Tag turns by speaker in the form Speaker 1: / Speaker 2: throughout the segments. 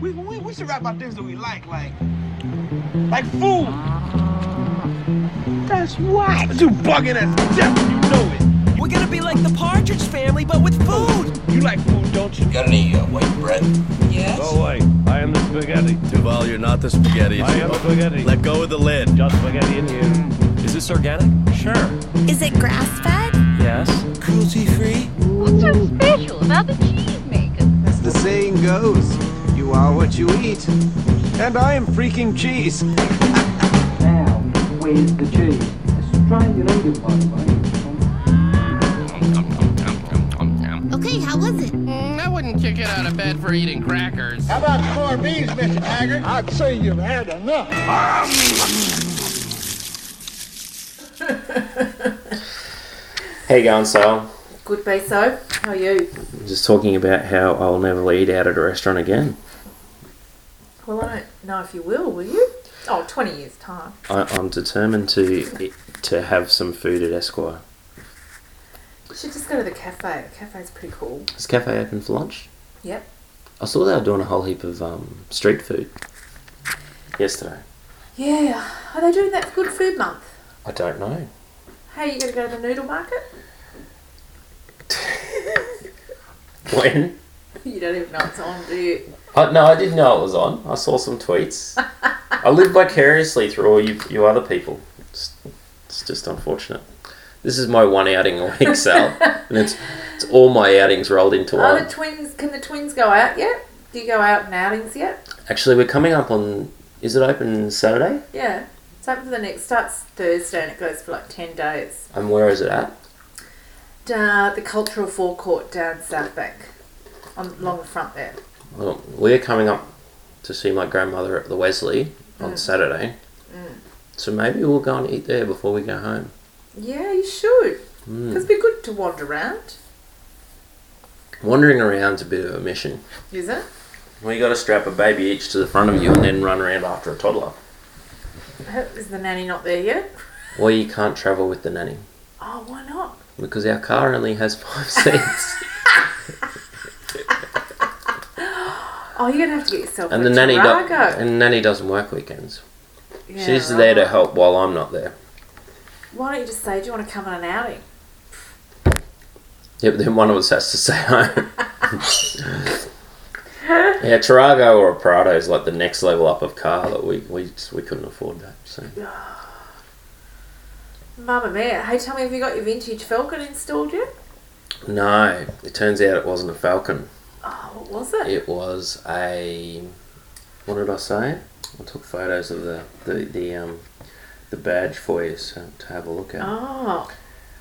Speaker 1: we, we, we should rap about things that we like, like like food. That's why you bugging as death, you know it.
Speaker 2: We're gonna be like the Partridge Family, but with food.
Speaker 1: You like food, don't you?
Speaker 3: Got any uh, white bread?
Speaker 2: Yes.
Speaker 4: Go away. I am the spaghetti.
Speaker 5: Duval, you're not the spaghetti.
Speaker 4: I am spaghetti.
Speaker 5: Let go of the lid.
Speaker 4: Just spaghetti in here.
Speaker 6: Is this organic? Sure.
Speaker 7: Is it grass fed?
Speaker 6: Yes.
Speaker 3: Cruelty free?
Speaker 8: What's so special about the cheese maker?
Speaker 9: As the saying goes, you are what you eat. And I am freaking cheese.
Speaker 10: Now, where's the cheese? Australian-owned, by the way.
Speaker 7: Okay, how was it?
Speaker 11: I wouldn't kick it out of bed for eating crackers.
Speaker 9: How about corned beans, Mr. Taggart? I'd say you've had enough.
Speaker 12: Hey, going, Sal?
Speaker 13: Good Beso. How are you?
Speaker 12: Just talking about how I'll never eat out at a restaurant again.
Speaker 13: Well, I don't know if you will, will you? Oh, 20 years' time.
Speaker 12: I, I'm determined to to have some food at Esquire.
Speaker 13: You should just go to the cafe. The cafe's pretty cool.
Speaker 12: Is cafe open for lunch?
Speaker 13: Yep.
Speaker 12: I saw they were doing a whole heap of um, street food yesterday.
Speaker 13: Yeah. Are they doing that for Good Food Month?
Speaker 12: I don't know.
Speaker 13: Hey, you gonna go to the noodle market?
Speaker 12: When?
Speaker 13: You don't even know it's on, do you?
Speaker 12: I, no, I didn't know it was on. I saw some tweets. I live vicariously through all you, you other people. It's, it's just unfortunate. This is my one outing a week, Sal, and it's it's all my outings rolled into
Speaker 8: Oh,
Speaker 13: Are Oh, the
Speaker 12: one.
Speaker 13: twins? Can the twins go out yet? Do you go out and outings yet?
Speaker 12: Actually, we're coming up on. Is it open Saturday?
Speaker 13: Yeah. It's open for the next starts Thursday and it goes for like ten days.
Speaker 12: And where is it at?
Speaker 13: Uh, the cultural forecourt down South Bank, on along the front there.
Speaker 12: Well, we're coming up to see my grandmother at the Wesley on
Speaker 8: Mm.
Speaker 12: Saturday. So maybe we'll go and eat there before we go home.
Speaker 13: Yeah, you should.
Speaker 12: Hmm.
Speaker 13: it it'd be good to wander around,
Speaker 12: Wandering around's a bit of a mission.
Speaker 13: is it?
Speaker 12: Well, you got to strap a baby each to the front of you and then run around after a toddler.
Speaker 13: Is the nanny not there yet?
Speaker 12: Well, you can't travel with the nanny
Speaker 13: Oh, why not?
Speaker 12: because our car only has five seats,
Speaker 13: Oh, you're gonna have to get yourself
Speaker 12: and
Speaker 13: a
Speaker 12: the nanny do-
Speaker 13: Tarago.
Speaker 12: and nanny doesn't work weekends.
Speaker 13: Yeah,
Speaker 12: She's
Speaker 13: right.
Speaker 12: there to help while I'm not there.
Speaker 13: Why don't you just say, "Do you want to come on an outing?"
Speaker 12: Yeah, but then one of us has to stay home. yeah, Tarago or a Prado is like the next level up of car that we we just, we couldn't afford that. So
Speaker 13: Mamma mia! Hey, tell me, have you got your vintage Falcon installed yet?
Speaker 12: no, it turns out it wasn't a Falcon.
Speaker 13: Oh, what was it?
Speaker 12: It was a what did I say? I took photos of the the, the um the badge for you so, to have a look at.
Speaker 13: Oh,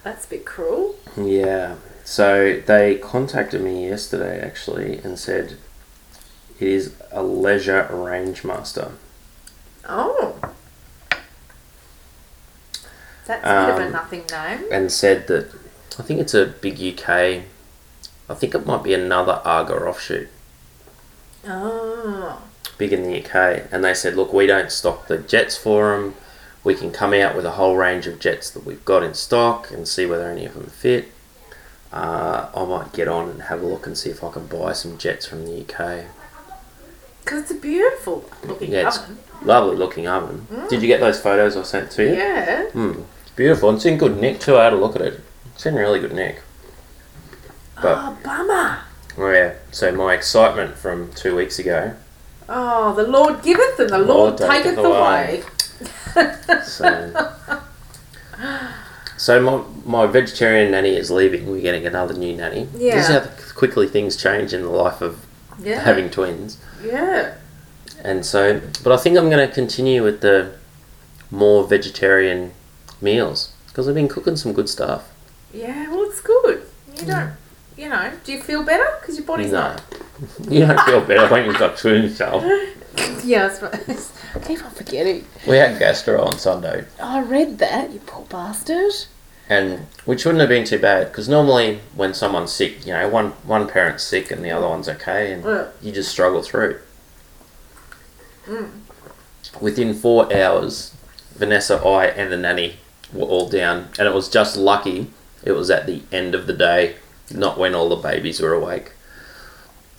Speaker 13: that's a bit cruel.
Speaker 12: Yeah. So they contacted me yesterday actually and said it is a leisure range master.
Speaker 13: Oh. That's a bit of a
Speaker 12: Um,
Speaker 13: nothing name.
Speaker 12: and said that I think it's a big UK. I think it might be another Arga offshoot,
Speaker 13: Oh.
Speaker 12: big in the UK. And they said, look, we don't stock the jets for them. We can come out with a whole range of jets that we've got in stock and see whether any of them fit. Uh, I might get on and have a look and see if I can buy some jets from the UK.
Speaker 13: Because it's a beautiful looking
Speaker 12: Yeah, it's
Speaker 13: oven. Mm.
Speaker 12: lovely looking oven. Did you get those photos I sent to you?
Speaker 13: Yeah.
Speaker 12: Mm, it's beautiful. It's in good nick too. I had a look at it. It's in really good nick. But
Speaker 13: Oh, bummer.
Speaker 12: Oh, yeah. So my excitement from two weeks ago.
Speaker 13: Oh, the Lord giveth and the
Speaker 12: Lord
Speaker 13: Lord,
Speaker 12: taketh
Speaker 13: taketh away.
Speaker 12: So, so my, my vegetarian nanny is leaving. We're getting another new nanny. This
Speaker 13: Yeah.
Speaker 12: is how quickly things change in the life of
Speaker 13: Yeah.
Speaker 12: having twins.
Speaker 13: yeah.
Speaker 12: And so, but I think I'm going to continue with the more vegetarian meals because I've been cooking some good stuff.
Speaker 13: Yeah, well, it's good. You don't, you know, do you feel better? Because your body's
Speaker 12: Mm. No. You don't feel better when you've got twins, Sal.
Speaker 13: not. Yeah, I suppose. I keep on forgetting. Oh,
Speaker 12: We had gastro on Sunday.
Speaker 13: I read that, you poor bastard.
Speaker 12: and which wouldn't have been too bad because normally when someone's sick, you know, one one parent's sick and the other one's okay, and
Speaker 13: Yeah.
Speaker 12: you just struggle through. Within four hours, Vanessa, I, and the nanny were all down, and it was just lucky it was at the end of the day, not when all the babies were awake.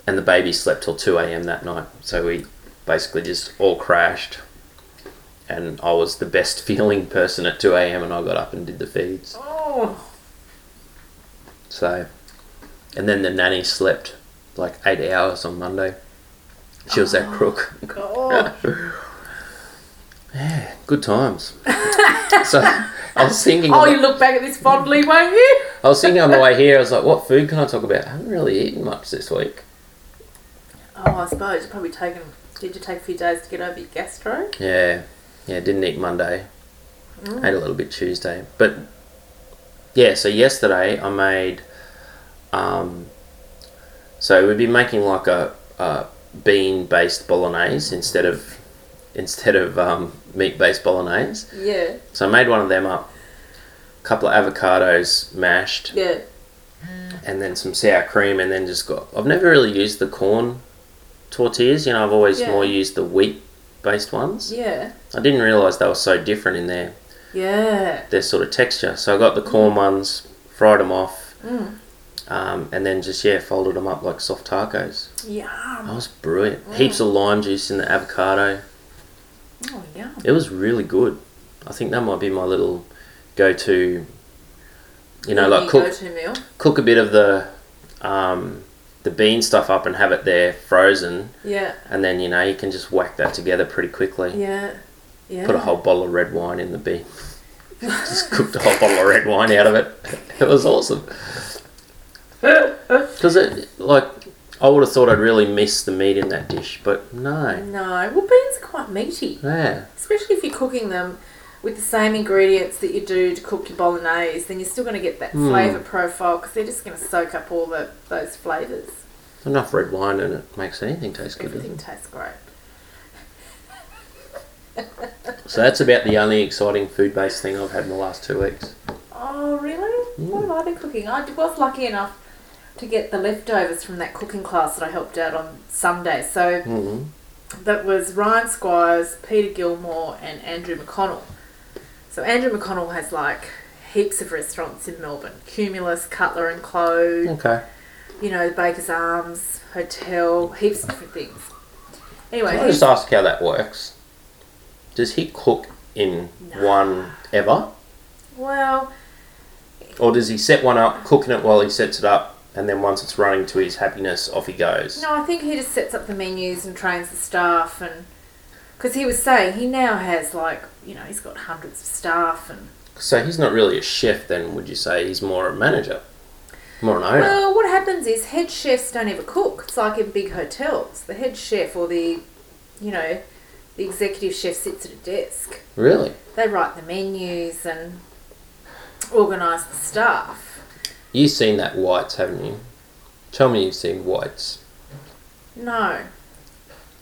Speaker 12: and the baby slept till 2 a.m. that night. So we basically just all crashed. And I was the best feeling person at 2 a.m. and I got up and did the feeds.
Speaker 13: Oh,
Speaker 12: So, and then the nanny slept like eight hours on Monday. She was that crook.
Speaker 13: Oh. God.
Speaker 12: yeah, good times. so I was thinking.
Speaker 13: oh,
Speaker 12: on
Speaker 13: you
Speaker 12: the-
Speaker 13: look back at this fondly, won't you?
Speaker 12: I was thinking on the way here. I was like, what food can I talk about? I haven't really eaten much this week.
Speaker 13: Oh, I suppose it's probably taken. Did you take a few days to get over your gastro?
Speaker 12: Yeah, yeah, didn't eat Monday.
Speaker 13: Mm.
Speaker 12: Ate a little bit Tuesday, but yeah. So yesterday I made. Um, so we'd be making like a, a bean-based bolognese instead of instead of um, meat-based bolognese.
Speaker 13: Yeah,
Speaker 12: So I made one of them up. A couple of avocados mashed,
Speaker 13: yeah.
Speaker 12: and then some sour cream, and then just got. I've never really used the corn tortillas. You know, I've always
Speaker 13: Yeah.
Speaker 12: more used the wheat-based ones.
Speaker 13: Yeah.
Speaker 12: I didn't realize they were so different in their
Speaker 13: Yeah.
Speaker 12: their sort of texture. So I got the corn ones, fried them off,
Speaker 13: Mm.
Speaker 12: um, and then just yeah, folded them up like soft tacos.
Speaker 13: Yum.
Speaker 12: That was brilliant. Heaps of lime juice in the avocado.
Speaker 13: Oh, yum.
Speaker 12: It was really good. I think that might be my little go-to. You know,
Speaker 13: Your
Speaker 12: like cook
Speaker 13: go-to meal.
Speaker 12: cook a bit of the um, the bean stuff up and have it there frozen,
Speaker 13: Yeah,
Speaker 12: and then you know you can just whack that together pretty quickly.
Speaker 13: yeah, yeah.
Speaker 12: Put a whole bottle of red wine in the bean. Just cooked a whole bottle of red wine out of it. It was awesome. Because it, like, I would have thought I'd really miss the meat in that dish, but no.
Speaker 13: No, well, beans are quite meaty,
Speaker 12: Yeah.
Speaker 13: especially if you're cooking them with the same ingredients that you do to cook your bolognese. Then you're still going to get that
Speaker 12: Mm.
Speaker 13: flavour profile because they're just going to soak up all the, those flavours.
Speaker 12: Enough red wine and it makes anything taste good. doesn't
Speaker 13: Everything tastes great.
Speaker 12: it? So that's about the only exciting food based thing I've had in the last two weeks.
Speaker 13: Oh, really? What
Speaker 12: Mm.
Speaker 13: have I been cooking? I was lucky enough to get the leftovers from that cooking class that I helped out on Sunday. So
Speaker 12: Mm.
Speaker 13: that was Ryan Squires, Peter Gilmore, and Andrew McConnell. So Andrew McConnell has like heaps of restaurants in Melbourne: Cumulus, Cutler and Clode,
Speaker 12: Okay. Mm.
Speaker 13: you know, the Baker's Arms Hotel, heaps of different things. Anyway,
Speaker 12: Can I just
Speaker 13: he-
Speaker 12: ask how that works? Does he cook in one ever?
Speaker 13: well,
Speaker 12: Or does he set one up, cooking it while he sets it up, and then once it's running to his happiness, off he goes?
Speaker 13: no, I think he just sets up the menus and trains the staff, and because he was saying he now has like you know he's got hundreds of staff and
Speaker 12: So he's not really a chef, then, would you say? He's more a manager, more an owner.
Speaker 13: Well, what happens is head chefs don't ever cook. It's like in big hotels. The head chef or the, you know, the executive chef sits at a desk.
Speaker 12: really?
Speaker 13: They write the menus and organise the staff.
Speaker 12: You've seen that Whites, haven't you? Tell me you've seen Whites.
Speaker 13: No.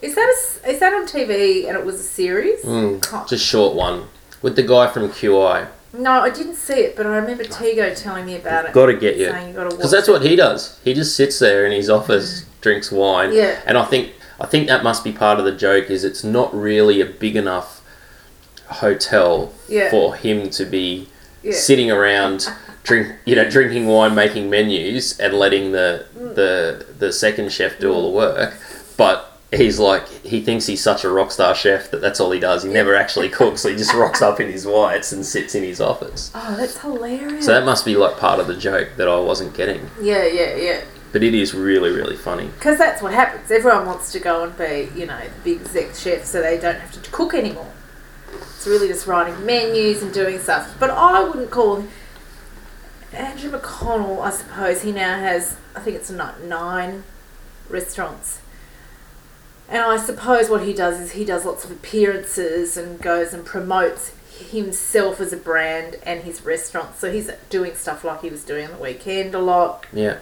Speaker 13: Is that a s is that on TV and it was a series?
Speaker 12: Mm,
Speaker 13: Can't-
Speaker 12: just short one with the guy from QI.
Speaker 13: No, I didn't see it, but I remember Tego telling me about it.
Speaker 12: Got to get you
Speaker 13: Saying you got to watch
Speaker 12: because that's what he does. He just sits there in his office, drinks wine.
Speaker 13: Yeah.
Speaker 12: And I think I think that must be part of the joke. Is it's not really a big enough hotel
Speaker 13: Yeah.
Speaker 12: for him to be
Speaker 13: Yeah.
Speaker 12: sitting around drink you know drinking wine making menus and letting the the the second chef do all the work but he's like he thinks he's such a rock star chef that that's all he does he never actually cooks he just rocks up in his whites and sits in his office
Speaker 13: Oh, that's hilarious.
Speaker 12: so that must be like part of the joke that I wasn't getting
Speaker 13: yeah, yeah, yeah.
Speaker 12: but it is really really funny
Speaker 13: Because that's what happens. Everyone wants to go and be, you know, the big exec chef so they don't have to cook anymore. It's really just writing menus and doing stuff. But I wouldn't call Andrew McConnell, I suppose, he now has, I think it's not nine restaurants. And I suppose what he does is he does lots of appearances and goes and promotes himself as a brand and his restaurant. So he's doing stuff like he was doing on the weekend a lot.
Speaker 12: yeah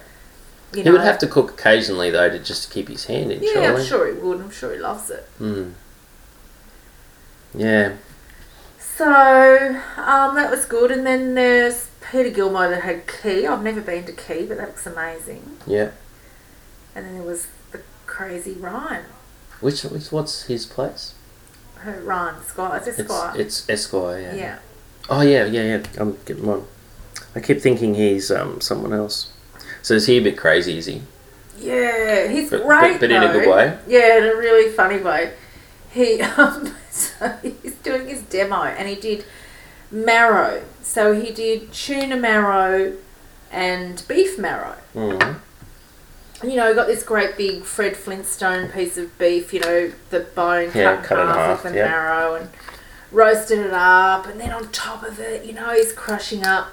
Speaker 13: You
Speaker 12: he
Speaker 13: know.
Speaker 12: would have to cook occasionally though to just keep his hand in
Speaker 13: Yeah,
Speaker 12: surely.
Speaker 13: I'm sure he would. I'm sure he loves it.
Speaker 12: Hmm. yeah
Speaker 13: So um, that was good. And then there's Peter Gilmore that had Key. I've never been to Key, but that looks amazing.
Speaker 12: yeah
Speaker 13: And then there was the crazy Ryan.
Speaker 12: which, which what's his place
Speaker 13: Her Ryan Squire. Is it
Speaker 12: It's
Speaker 13: Squire?
Speaker 12: it's Esquire. Yeah.
Speaker 13: yeah.
Speaker 12: Oh yeah, yeah, yeah. I'm getting one. I keep thinking he's um someone else. So is he a bit crazy? Is he?
Speaker 13: Yeah, he's
Speaker 12: But- but-
Speaker 13: great.
Speaker 12: but in a good
Speaker 13: though.
Speaker 12: way?
Speaker 13: Yeah, in a really funny way. He um, so he's doing his demo, and he did marrow. So he did tuna marrow and beef marrow.
Speaker 12: Mm.
Speaker 13: You know, got this great big Fred Flintstone piece of beef. You know, the bone
Speaker 12: Yeah,
Speaker 13: cut,
Speaker 12: cut in
Speaker 13: half,
Speaker 12: half,
Speaker 13: with the
Speaker 12: yeah.
Speaker 13: marrow, and roasted it up, and then on top of it, you know, he's crushing up.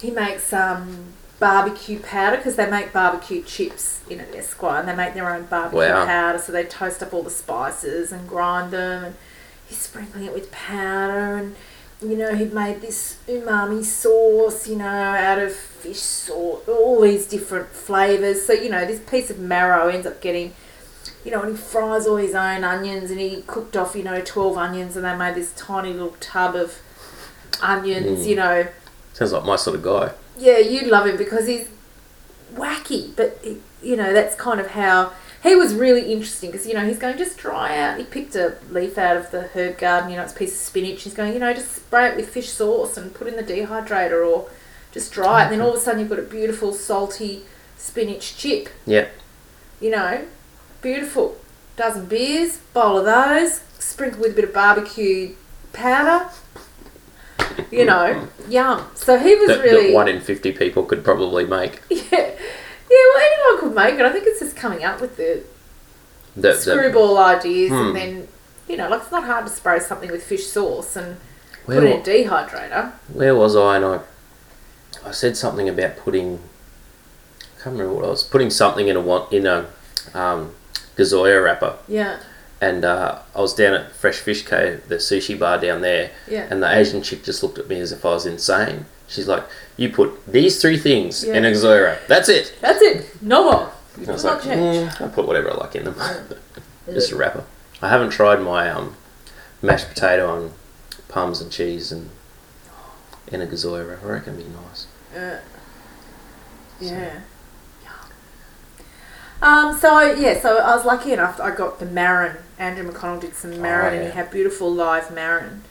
Speaker 13: He makes um, barbecue powder because they make barbecue chips in at Esquire, and they make their own barbecue
Speaker 12: Wow.
Speaker 13: powder. So they toast up all the spices and grind them, and he's sprinkling it with powder, and you know he made this umami sauce, you know, out of fish sauce, all these different flavors. So you know this piece of marrow ends up getting you know, and he fries all his own onions and he cooked off, you know, 12 onions and they made this tiny little tub of onions,
Speaker 12: Mm.
Speaker 13: you know.
Speaker 12: Sounds like my sort of guy.
Speaker 13: Yeah, you'd love him because he's wacky, but, he- you know, that's kind of how. He was really interesting because, you know, he's going, just dry out. He picked a leaf out of the herb garden, you know, it's a piece of spinach. He's going, you know, just spray it with fish sauce and put in the dehydrator or just dry it. And then all of a sudden you've got a beautiful, salty spinach chip
Speaker 12: Yeah.
Speaker 13: you know, beautiful. Dozen beers, bowl of those, sprinkle with a bit of barbecue powder. You know, yum. So he was
Speaker 12: That, that
Speaker 13: really
Speaker 12: one in 50 people could probably make.
Speaker 13: yeah. Well, anyone could make it. I think it's just coming up with the
Speaker 12: That, that,
Speaker 13: screwball ideas,
Speaker 12: Hmm.
Speaker 13: and then you know, like it's not hard to spray something with fish sauce and
Speaker 12: Well-
Speaker 13: put it in a dehydrator.
Speaker 12: where was I? And I, I said something about putting. I can't remember what I was putting something in a one in a um, gazoya wrapper,
Speaker 13: Yeah,
Speaker 12: and uh, I was down at Fresh Fish Cave, the sushi bar down there,
Speaker 13: Yeah.
Speaker 12: and the Asian chick just looked at me as if I was insane. She's like, "You put these three things in
Speaker 13: Yeah.
Speaker 12: a gazoya wrap. That's it."
Speaker 13: that's it. No more.
Speaker 12: And I was
Speaker 13: Not
Speaker 12: like,
Speaker 13: change.
Speaker 12: "Mm, "I put whatever I like in them, just a wrapper." I haven't tried my um, mashed potato and parmesan cheese and in a gazoya wrapper. I reckon it'd be nice.
Speaker 13: Uh, yeah. Um, so yeah, so I was lucky enough. I got the Marin. Andrew McConnell did some Marin, and he
Speaker 12: Oh, yeah.
Speaker 13: had beautiful live Marin,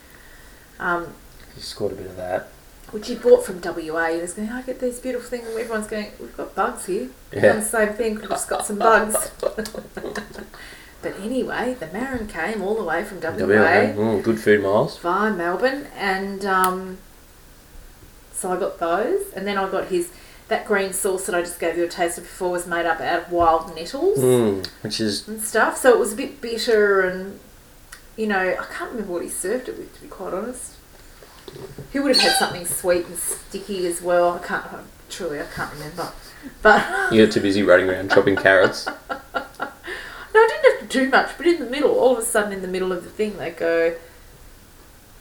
Speaker 13: um,
Speaker 12: You scored a bit of that.
Speaker 13: which he bought from WA. He was going, I get these beautiful things, and everyone's going, we've got bugs here. We've
Speaker 12: Yeah.
Speaker 13: done the same thing. We've just got some bugs. but anyway, the Marin came all the way from WA.
Speaker 12: WA. Mm, good food, Miles.
Speaker 13: via Melbourne, and um, so I got those, and then I got his that green sauce that I just gave you a taste of before was made up out of wild nettles
Speaker 12: Mm, which is
Speaker 13: and stuff, so it was a bit bitter and you know I can't remember what he served it with to be quite honest. He would have had something sweet and sticky as well. I can't I- truly I can't remember, but
Speaker 12: you're too busy running around chopping carrots.
Speaker 13: No, I didn't have to do much, but in the middle, all of a sudden, in the middle of the thing, they go,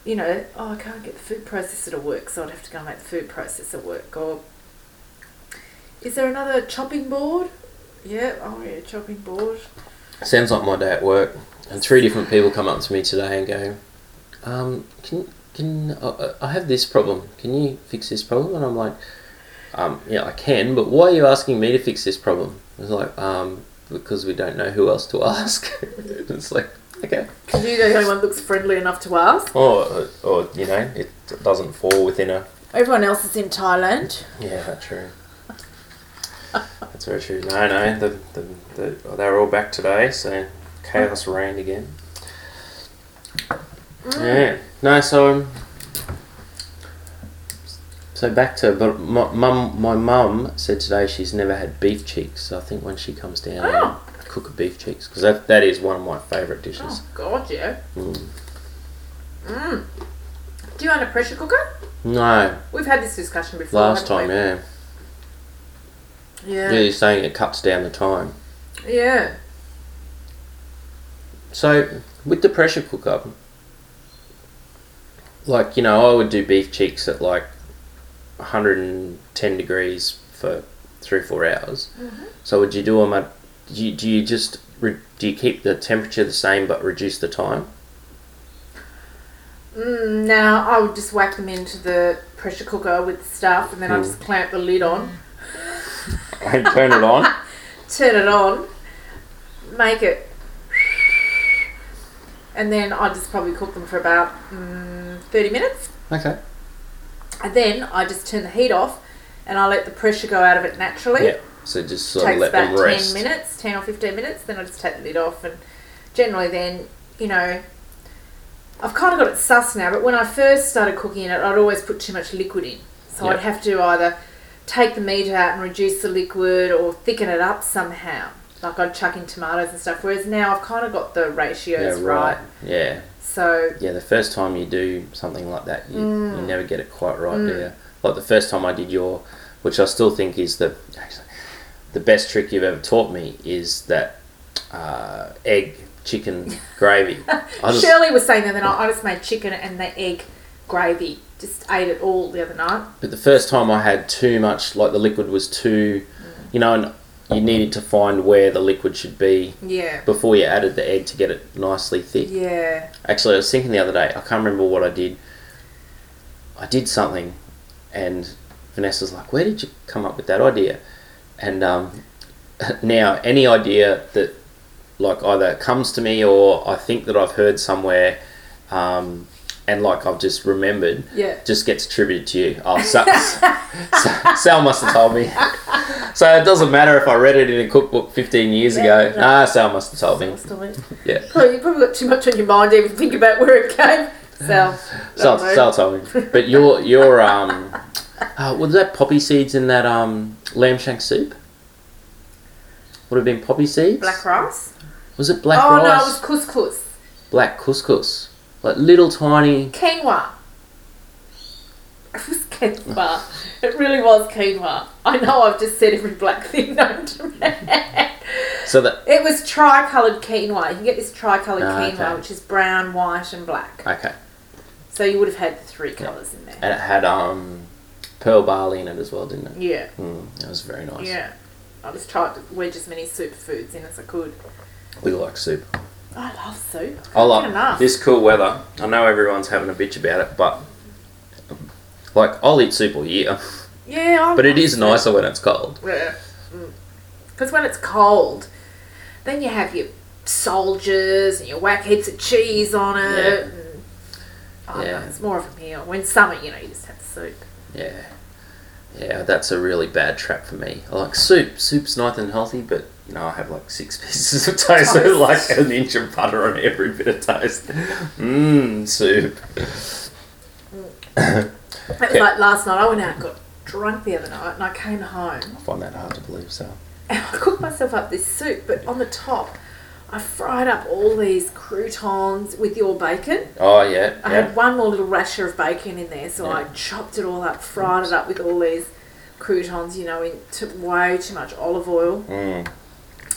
Speaker 13: you know, oh, I can't get the food processor to work, so I'd have to go and make the food processor work. Or, is there another chopping board? Yeah, oh, yeah, chopping board.
Speaker 12: Sounds like my day at work. And three different people come up to me today and go, um, "Can can uh, I have this problem? Can you fix this problem?" And I'm like, um, "Yeah, I can, but why are you asking me to fix this problem?" It's like, um, "Because we don't know who else to ask." it's like, okay.
Speaker 13: Because you're the only one that looks friendly enough to ask.
Speaker 12: Or, or you know, it doesn't fall within a
Speaker 13: Everyone else is in Thailand.
Speaker 12: Yeah, that's true. that's very true. No, no, the, the, the, they're all back today, so chaos
Speaker 13: Hmm.
Speaker 12: reigned again. Yeah, no, so um, so back to but my mum, my mum said today she's never had beef cheeks. So I think when she comes down,
Speaker 13: Oh.
Speaker 12: I'll cook a beef cheeks because that that is one of my favourite dishes.
Speaker 13: Oh, God, yeah.
Speaker 12: Mm.
Speaker 13: Mm. Do you want a pressure cooker?
Speaker 12: No,
Speaker 13: We've had this discussion before.
Speaker 12: last time,
Speaker 13: haven't we?
Speaker 12: yeah.
Speaker 13: Yeah.
Speaker 12: yeah, you're saying it cuts down the time.
Speaker 13: Yeah.
Speaker 12: So with the pressure cooker, like you know, I would do beef cheeks at like 110 degrees for three or four hours.
Speaker 13: Mm-hmm.
Speaker 12: So would you do them at? Do you, do you just re, do you keep the temperature the same but reduce the time?
Speaker 13: Mm, now I would just whack them into the pressure cooker with the stuff, and then I
Speaker 12: Mm.
Speaker 13: just clamp the lid on,
Speaker 12: And turn it on.
Speaker 13: turn it on, make it, and then I just probably cook them for about mm, thirty minutes,
Speaker 12: Okay.
Speaker 13: and then I just turn the heat off, and I let the pressure go out of it naturally.
Speaker 12: Yeah. So just
Speaker 13: It
Speaker 12: sort
Speaker 13: takes
Speaker 12: of let
Speaker 13: about
Speaker 12: them rest.
Speaker 13: 10 minutes, 10 or 15 minutes, then I just take the lid off. And generally, then, you know, I've kind of got it sus now, but when I first started cooking it, I'd always put too much liquid in. So
Speaker 12: Yep.
Speaker 13: I'd have to either take the meat out and reduce the liquid or thicken it up somehow. Like I'd chuck in tomatoes and stuff. Whereas now I've kind of got the ratios right.
Speaker 12: Yeah.
Speaker 13: So,
Speaker 12: Yeah, the first time you do something like that, you, you
Speaker 13: Mm.
Speaker 12: never get it quite right
Speaker 13: Mm.
Speaker 12: there. Like the first time I did your, which I still think is the actually, the best trick you've ever taught me is that uh, egg chicken gravy. I just,
Speaker 13: Shirley was saying the other night, I just made chicken and the egg gravy. Just ate it all the other night.
Speaker 12: but the first time I had too much, like the liquid was too, you know, and you needed to find where the liquid should be
Speaker 13: Yeah.
Speaker 12: before you added the egg to get it nicely thick.
Speaker 13: Yeah.
Speaker 12: Actually, I was thinking the other day. I can't remember what I did. I did something, and Vanessa's like, "Where did you come up with that idea?" And um, now, any idea that like either comes to me or I think that I've heard somewhere, um, and like I've just remembered,
Speaker 13: Yeah.
Speaker 12: just gets attributed to you. Oh, Sa- Sa- Sal must have told me. So it doesn't matter if I read it in a cookbook 15 years ago.
Speaker 13: no.
Speaker 12: Nah, Sal must have told me.
Speaker 13: Stop it.
Speaker 12: Yeah.
Speaker 13: Probably, you probably got too much on your mind to even think about where it came. So,
Speaker 12: Sal,
Speaker 13: don't know.
Speaker 12: Sal told me. But your your um, uh, was that poppy seeds in that um lamb shank soup? Would have been poppy seeds.
Speaker 13: black rice.
Speaker 12: Was it black
Speaker 13: oh
Speaker 12: rice?
Speaker 13: no, it was couscous,
Speaker 12: Black couscous, like little tiny.
Speaker 13: quinoa. It was quinoa. it really was quinoa. I know I've just said every black thing known to man.
Speaker 12: So that
Speaker 13: It was tri-coloured quinoa. You can get this tri-coloured
Speaker 12: Ah,
Speaker 13: quinoa,
Speaker 12: okay.
Speaker 13: which is brown, white, and black.
Speaker 12: okay,
Speaker 13: So you would have had the three colours in there.
Speaker 12: and it had um pearl barley in it as well, didn't it?
Speaker 13: Yeah.
Speaker 12: Mm, that was very nice.
Speaker 13: Yeah. I just tried to wedge as many superfoods in as I could.
Speaker 12: We like soup.
Speaker 13: I love soup.
Speaker 12: I
Speaker 13: Good enough.
Speaker 12: like this cool weather. I know everyone's having a bitch about it, but like I'll eat soup all year.
Speaker 13: Yeah, I
Speaker 12: But it
Speaker 13: like
Speaker 12: is nicer when it's cold.
Speaker 13: Because when it's cold, then you have your soldiers and you whack heaps of cheese on it.
Speaker 12: Yeah.
Speaker 13: And, I don't
Speaker 12: Yeah.
Speaker 13: know, it's more of a meal. When summer, you know, you just have the soup.
Speaker 12: Yeah. Yeah, that's a really bad trap for me. I like soup. Soup's nice and healthy, but you know, I have like six pieces of toast and like an inch of butter on every bit of toast. Mmm, soup.
Speaker 13: That was
Speaker 12: Yeah.
Speaker 13: like last night. I went out and got drunk the other night and I came home
Speaker 12: I find that hard to believe, so.
Speaker 13: and I cooked myself up this soup, but on the top, I fried up all these croutons with your bacon.
Speaker 12: Oh, yeah.
Speaker 13: I
Speaker 12: yeah.
Speaker 13: had one more little rasher of bacon in there, so I
Speaker 12: Yeah.
Speaker 13: chopped it all up, fried it up with all these croutons, you know, in t- way too much olive oil.
Speaker 12: Mm.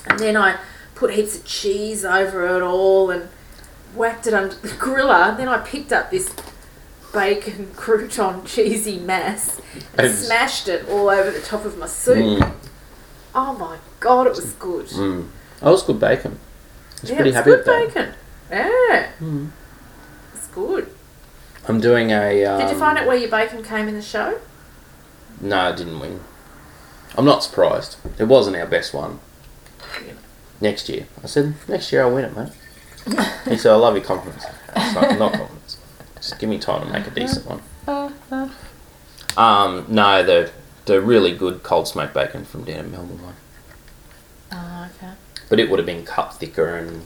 Speaker 13: And then I put heaps of cheese over it all and whacked it under the griller. Then I picked up this bacon crouton cheesy mass and,
Speaker 12: And-
Speaker 13: smashed it all over the top of my soup.
Speaker 12: Mm,
Speaker 13: Oh my god, it was good.
Speaker 12: mm. Oh, it's good bacon. I was pretty
Speaker 13: it was
Speaker 12: happy
Speaker 13: good
Speaker 12: with that.
Speaker 13: bacon. Yeah,
Speaker 12: Mm.
Speaker 13: it's good.
Speaker 12: I'm doing a. Um,
Speaker 13: Did you find out where your bacon came in the show?
Speaker 12: No, it didn't win. I'm not surprised. It wasn't our best one. Next year. I said, next year I'll win it, mate. he said, I love your confidence. It's not, not confidence. Just give me time to make a decent one. Um, no, the the really good cold smoked bacon from down in Melbourne one.
Speaker 13: Oh, okay.
Speaker 12: But it would have been cut thicker and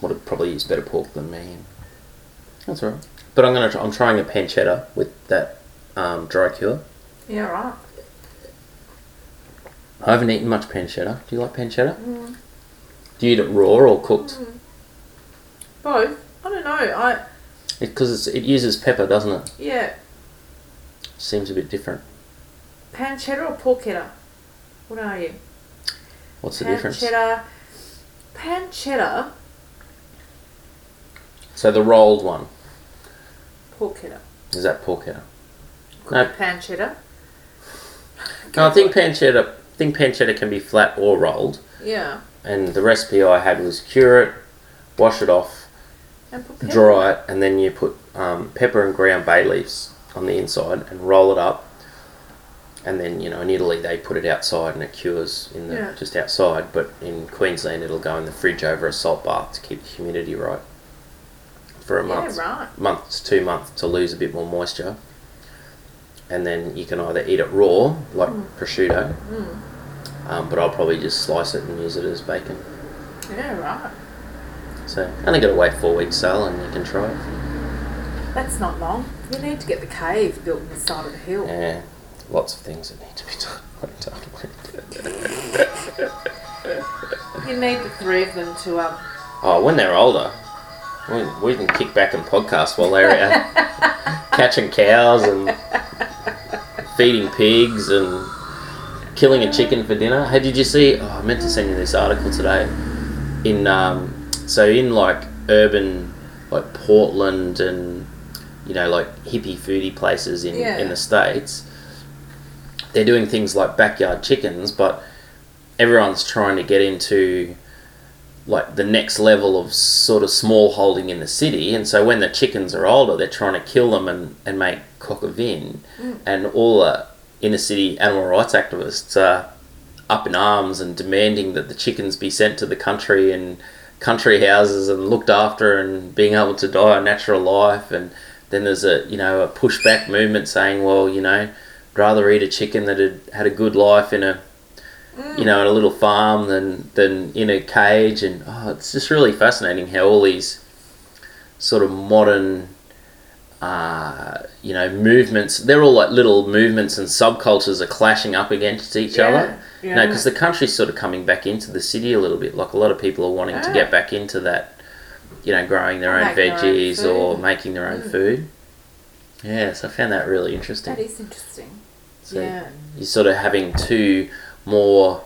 Speaker 12: would have probably used better pork than me. That's all right. But I'm gonna try, I'm trying a pancetta with that um, dry cure.
Speaker 13: Yeah, right.
Speaker 12: I haven't eaten much pancetta. Do you like pancetta? Do you eat it raw or cooked?
Speaker 13: Both. I don't know. I
Speaker 12: Because it uses pepper, doesn't it?
Speaker 13: yeah.
Speaker 12: Seems a bit different.
Speaker 13: Pancetta or porchetta? What are you?
Speaker 12: What's the difference?
Speaker 13: Pancetta. Pancetta.
Speaker 12: So the rolled one
Speaker 13: Porchetta.
Speaker 12: is that porchetta?
Speaker 13: Could
Speaker 12: No,
Speaker 13: be pancetta.
Speaker 12: no, I think pancetta. I think pancetta can be flat or rolled.
Speaker 13: Yeah.
Speaker 12: And the recipe I had was cure it, wash it off,
Speaker 13: And put pepper.
Speaker 12: dry it, and then you put um, pepper and ground bay leaves on the inside and roll it up. And then you know in Italy they put it outside and it cures in the
Speaker 13: Yeah.
Speaker 12: just outside, but in Queensland it'll go in the fridge over a salt bath to keep the humidity right for a
Speaker 13: Yeah,
Speaker 12: month.
Speaker 13: right.
Speaker 12: month to two months to lose a bit more moisture.
Speaker 13: Mm.
Speaker 12: And then you can either eat it raw, like prosciutto, Um, but I'll probably just slice it and use it as bacon.
Speaker 13: Yeah, right.
Speaker 12: So only got to wait four weeks sale, and you can try it.
Speaker 13: That's not long. You need to get the cave built on the side of the hill.
Speaker 12: Yeah, lots of things that need to be done.
Speaker 13: You need the three of them to um.
Speaker 12: oh, when they're older, we, we can kick back and podcast while they're out catching cows and feeding pigs and killing a chicken for dinner. Hey, did you see? Oh, I meant to send you this article today. In um, so in like urban, like Portland and you know like hippie foodie places in
Speaker 14: Yeah.
Speaker 12: in the states, they're doing things like backyard chickens, but everyone's trying to get into like the next level of sort of small holding in the city and so when the chickens are older they're trying to kill them and, and make cock of vin
Speaker 15: Mm.
Speaker 12: and all the inner city animal rights activists are up in arms and demanding that the chickens be sent to the country and country houses and looked after and being able to die a natural life and then there's a you know a pushback movement saying well you know rather eat a chicken that had had a good life in a you know, in a little farm than than in a cage, and oh, it's just really fascinating how all these sort of modern, uh, you know, movements. They're all like little movements and subcultures are clashing up against each
Speaker 15: Yeah,
Speaker 12: other. You know,
Speaker 15: yeah.
Speaker 12: because the country's sort of coming back into the city a little bit. Like a lot of people are wanting to
Speaker 15: Yeah.
Speaker 12: get back into that. You know, growing their own
Speaker 13: Oh. Make their own
Speaker 12: veggies or
Speaker 13: food.
Speaker 12: making their own
Speaker 13: Mm.
Speaker 12: food. Yeah, so I found that really interesting.
Speaker 13: That is interesting.
Speaker 12: So-
Speaker 13: yeah.
Speaker 12: you're sort of having two more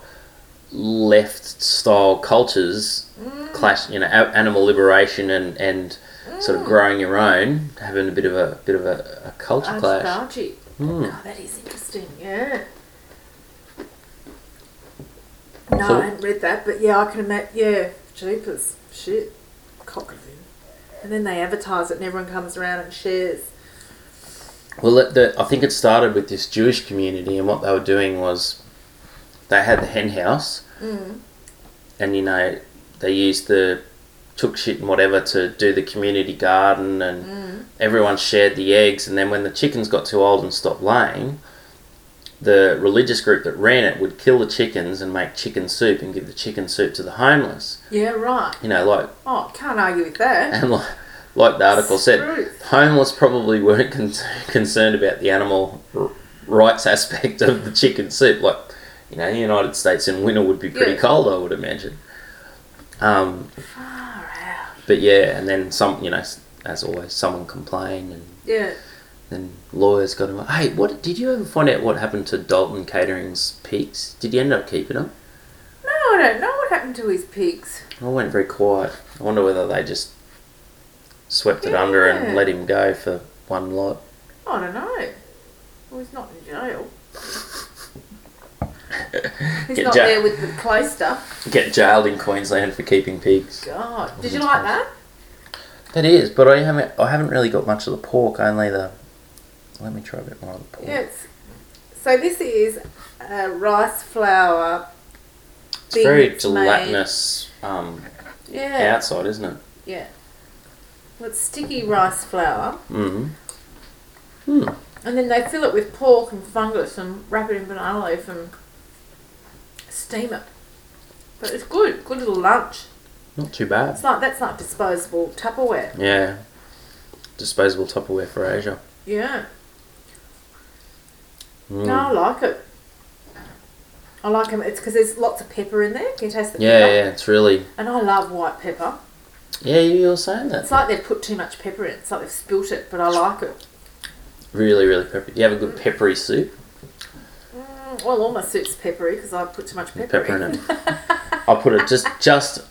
Speaker 12: left style cultures
Speaker 13: Mm.
Speaker 12: clash you know a- animal liberation and and sort
Speaker 13: Mm.
Speaker 12: of growing your own having a bit of a bit of a, a culture clash
Speaker 13: Archibald.
Speaker 12: Hmm.
Speaker 13: Oh, that is interesting. Yeah. No,
Speaker 12: So-
Speaker 13: I haven't read that, but yeah, I can imagine. Yeah, jeepers, shit, cock of it. And then they advertise it, and everyone comes around and shares.
Speaker 12: well it, the, i think it started with this jewish community and what they were doing was they had the hen house
Speaker 13: Mm.
Speaker 12: and you know they used the took shit and whatever to do the community garden and
Speaker 15: Mm.
Speaker 12: everyone shared the eggs and then when the chickens got too old and stopped laying the religious group that ran it would kill the chickens and make chicken soup and give the chicken soup to the homeless
Speaker 13: Yeah, right.
Speaker 12: you know like
Speaker 13: Oh, can't argue with that.
Speaker 12: and like, like the article said
Speaker 13: Truth.
Speaker 12: homeless probably weren't con- concerned about the animal r- rights aspect of the chicken soup like you know the united states in winter would be pretty
Speaker 13: Yeah.
Speaker 12: cold i would imagine um,
Speaker 13: Ah,
Speaker 12: but yeah and then some you know s- as always someone complained and
Speaker 13: Yeah.
Speaker 12: then lawyers got him. Hey, what did you ever find out what happened to Dalton Catering's pigs? Did you end up keeping them?
Speaker 13: No, I don't know what happened to his pigs.
Speaker 12: I went very quiet. I wonder whether they just swept it under
Speaker 13: Yeah.
Speaker 12: and let him go for one lot.
Speaker 13: I don't know. Well, he's not in jail. He's
Speaker 12: Get
Speaker 13: not
Speaker 12: ja-
Speaker 13: there with the clay stuff.
Speaker 12: Get jailed in Queensland for keeping pigs.
Speaker 13: God, did you like that?
Speaker 12: That is, but I haven't. I haven't really got much of the pork. Only the. Let me try a bit more of the pork.
Speaker 13: Yes. So this is uh, rice flour.
Speaker 12: it's very
Speaker 13: things made-
Speaker 12: gelatinous um,
Speaker 13: Yeah.
Speaker 12: outside, isn't it?
Speaker 13: Yeah. Well, it's sticky rice flour,
Speaker 12: Mm-hmm.
Speaker 13: and then they fill it with pork and fungus and wrap it in banana leaf and steam it. But it's good. Good little lunch.
Speaker 12: Not too bad.
Speaker 13: It's like that's like disposable Tupperware.
Speaker 12: Yeah. Disposable Tupperware for Asia.
Speaker 13: Yeah.
Speaker 12: Mm.
Speaker 13: No, I like it. I like them. It's because there's lots of pepper in there. Can you taste the
Speaker 12: Yeah,
Speaker 13: pepper?
Speaker 12: yeah, it's really.
Speaker 13: And I love white pepper.
Speaker 12: Yeah, you were saying that.
Speaker 13: It's like they've put too much pepper in. It's like they've spilt it, but I like it.
Speaker 12: Really, really peppery. You have a good peppery soup.
Speaker 13: Mm, well, all my soup's peppery because I put too much pepper,
Speaker 12: Pepper in it. I put it just just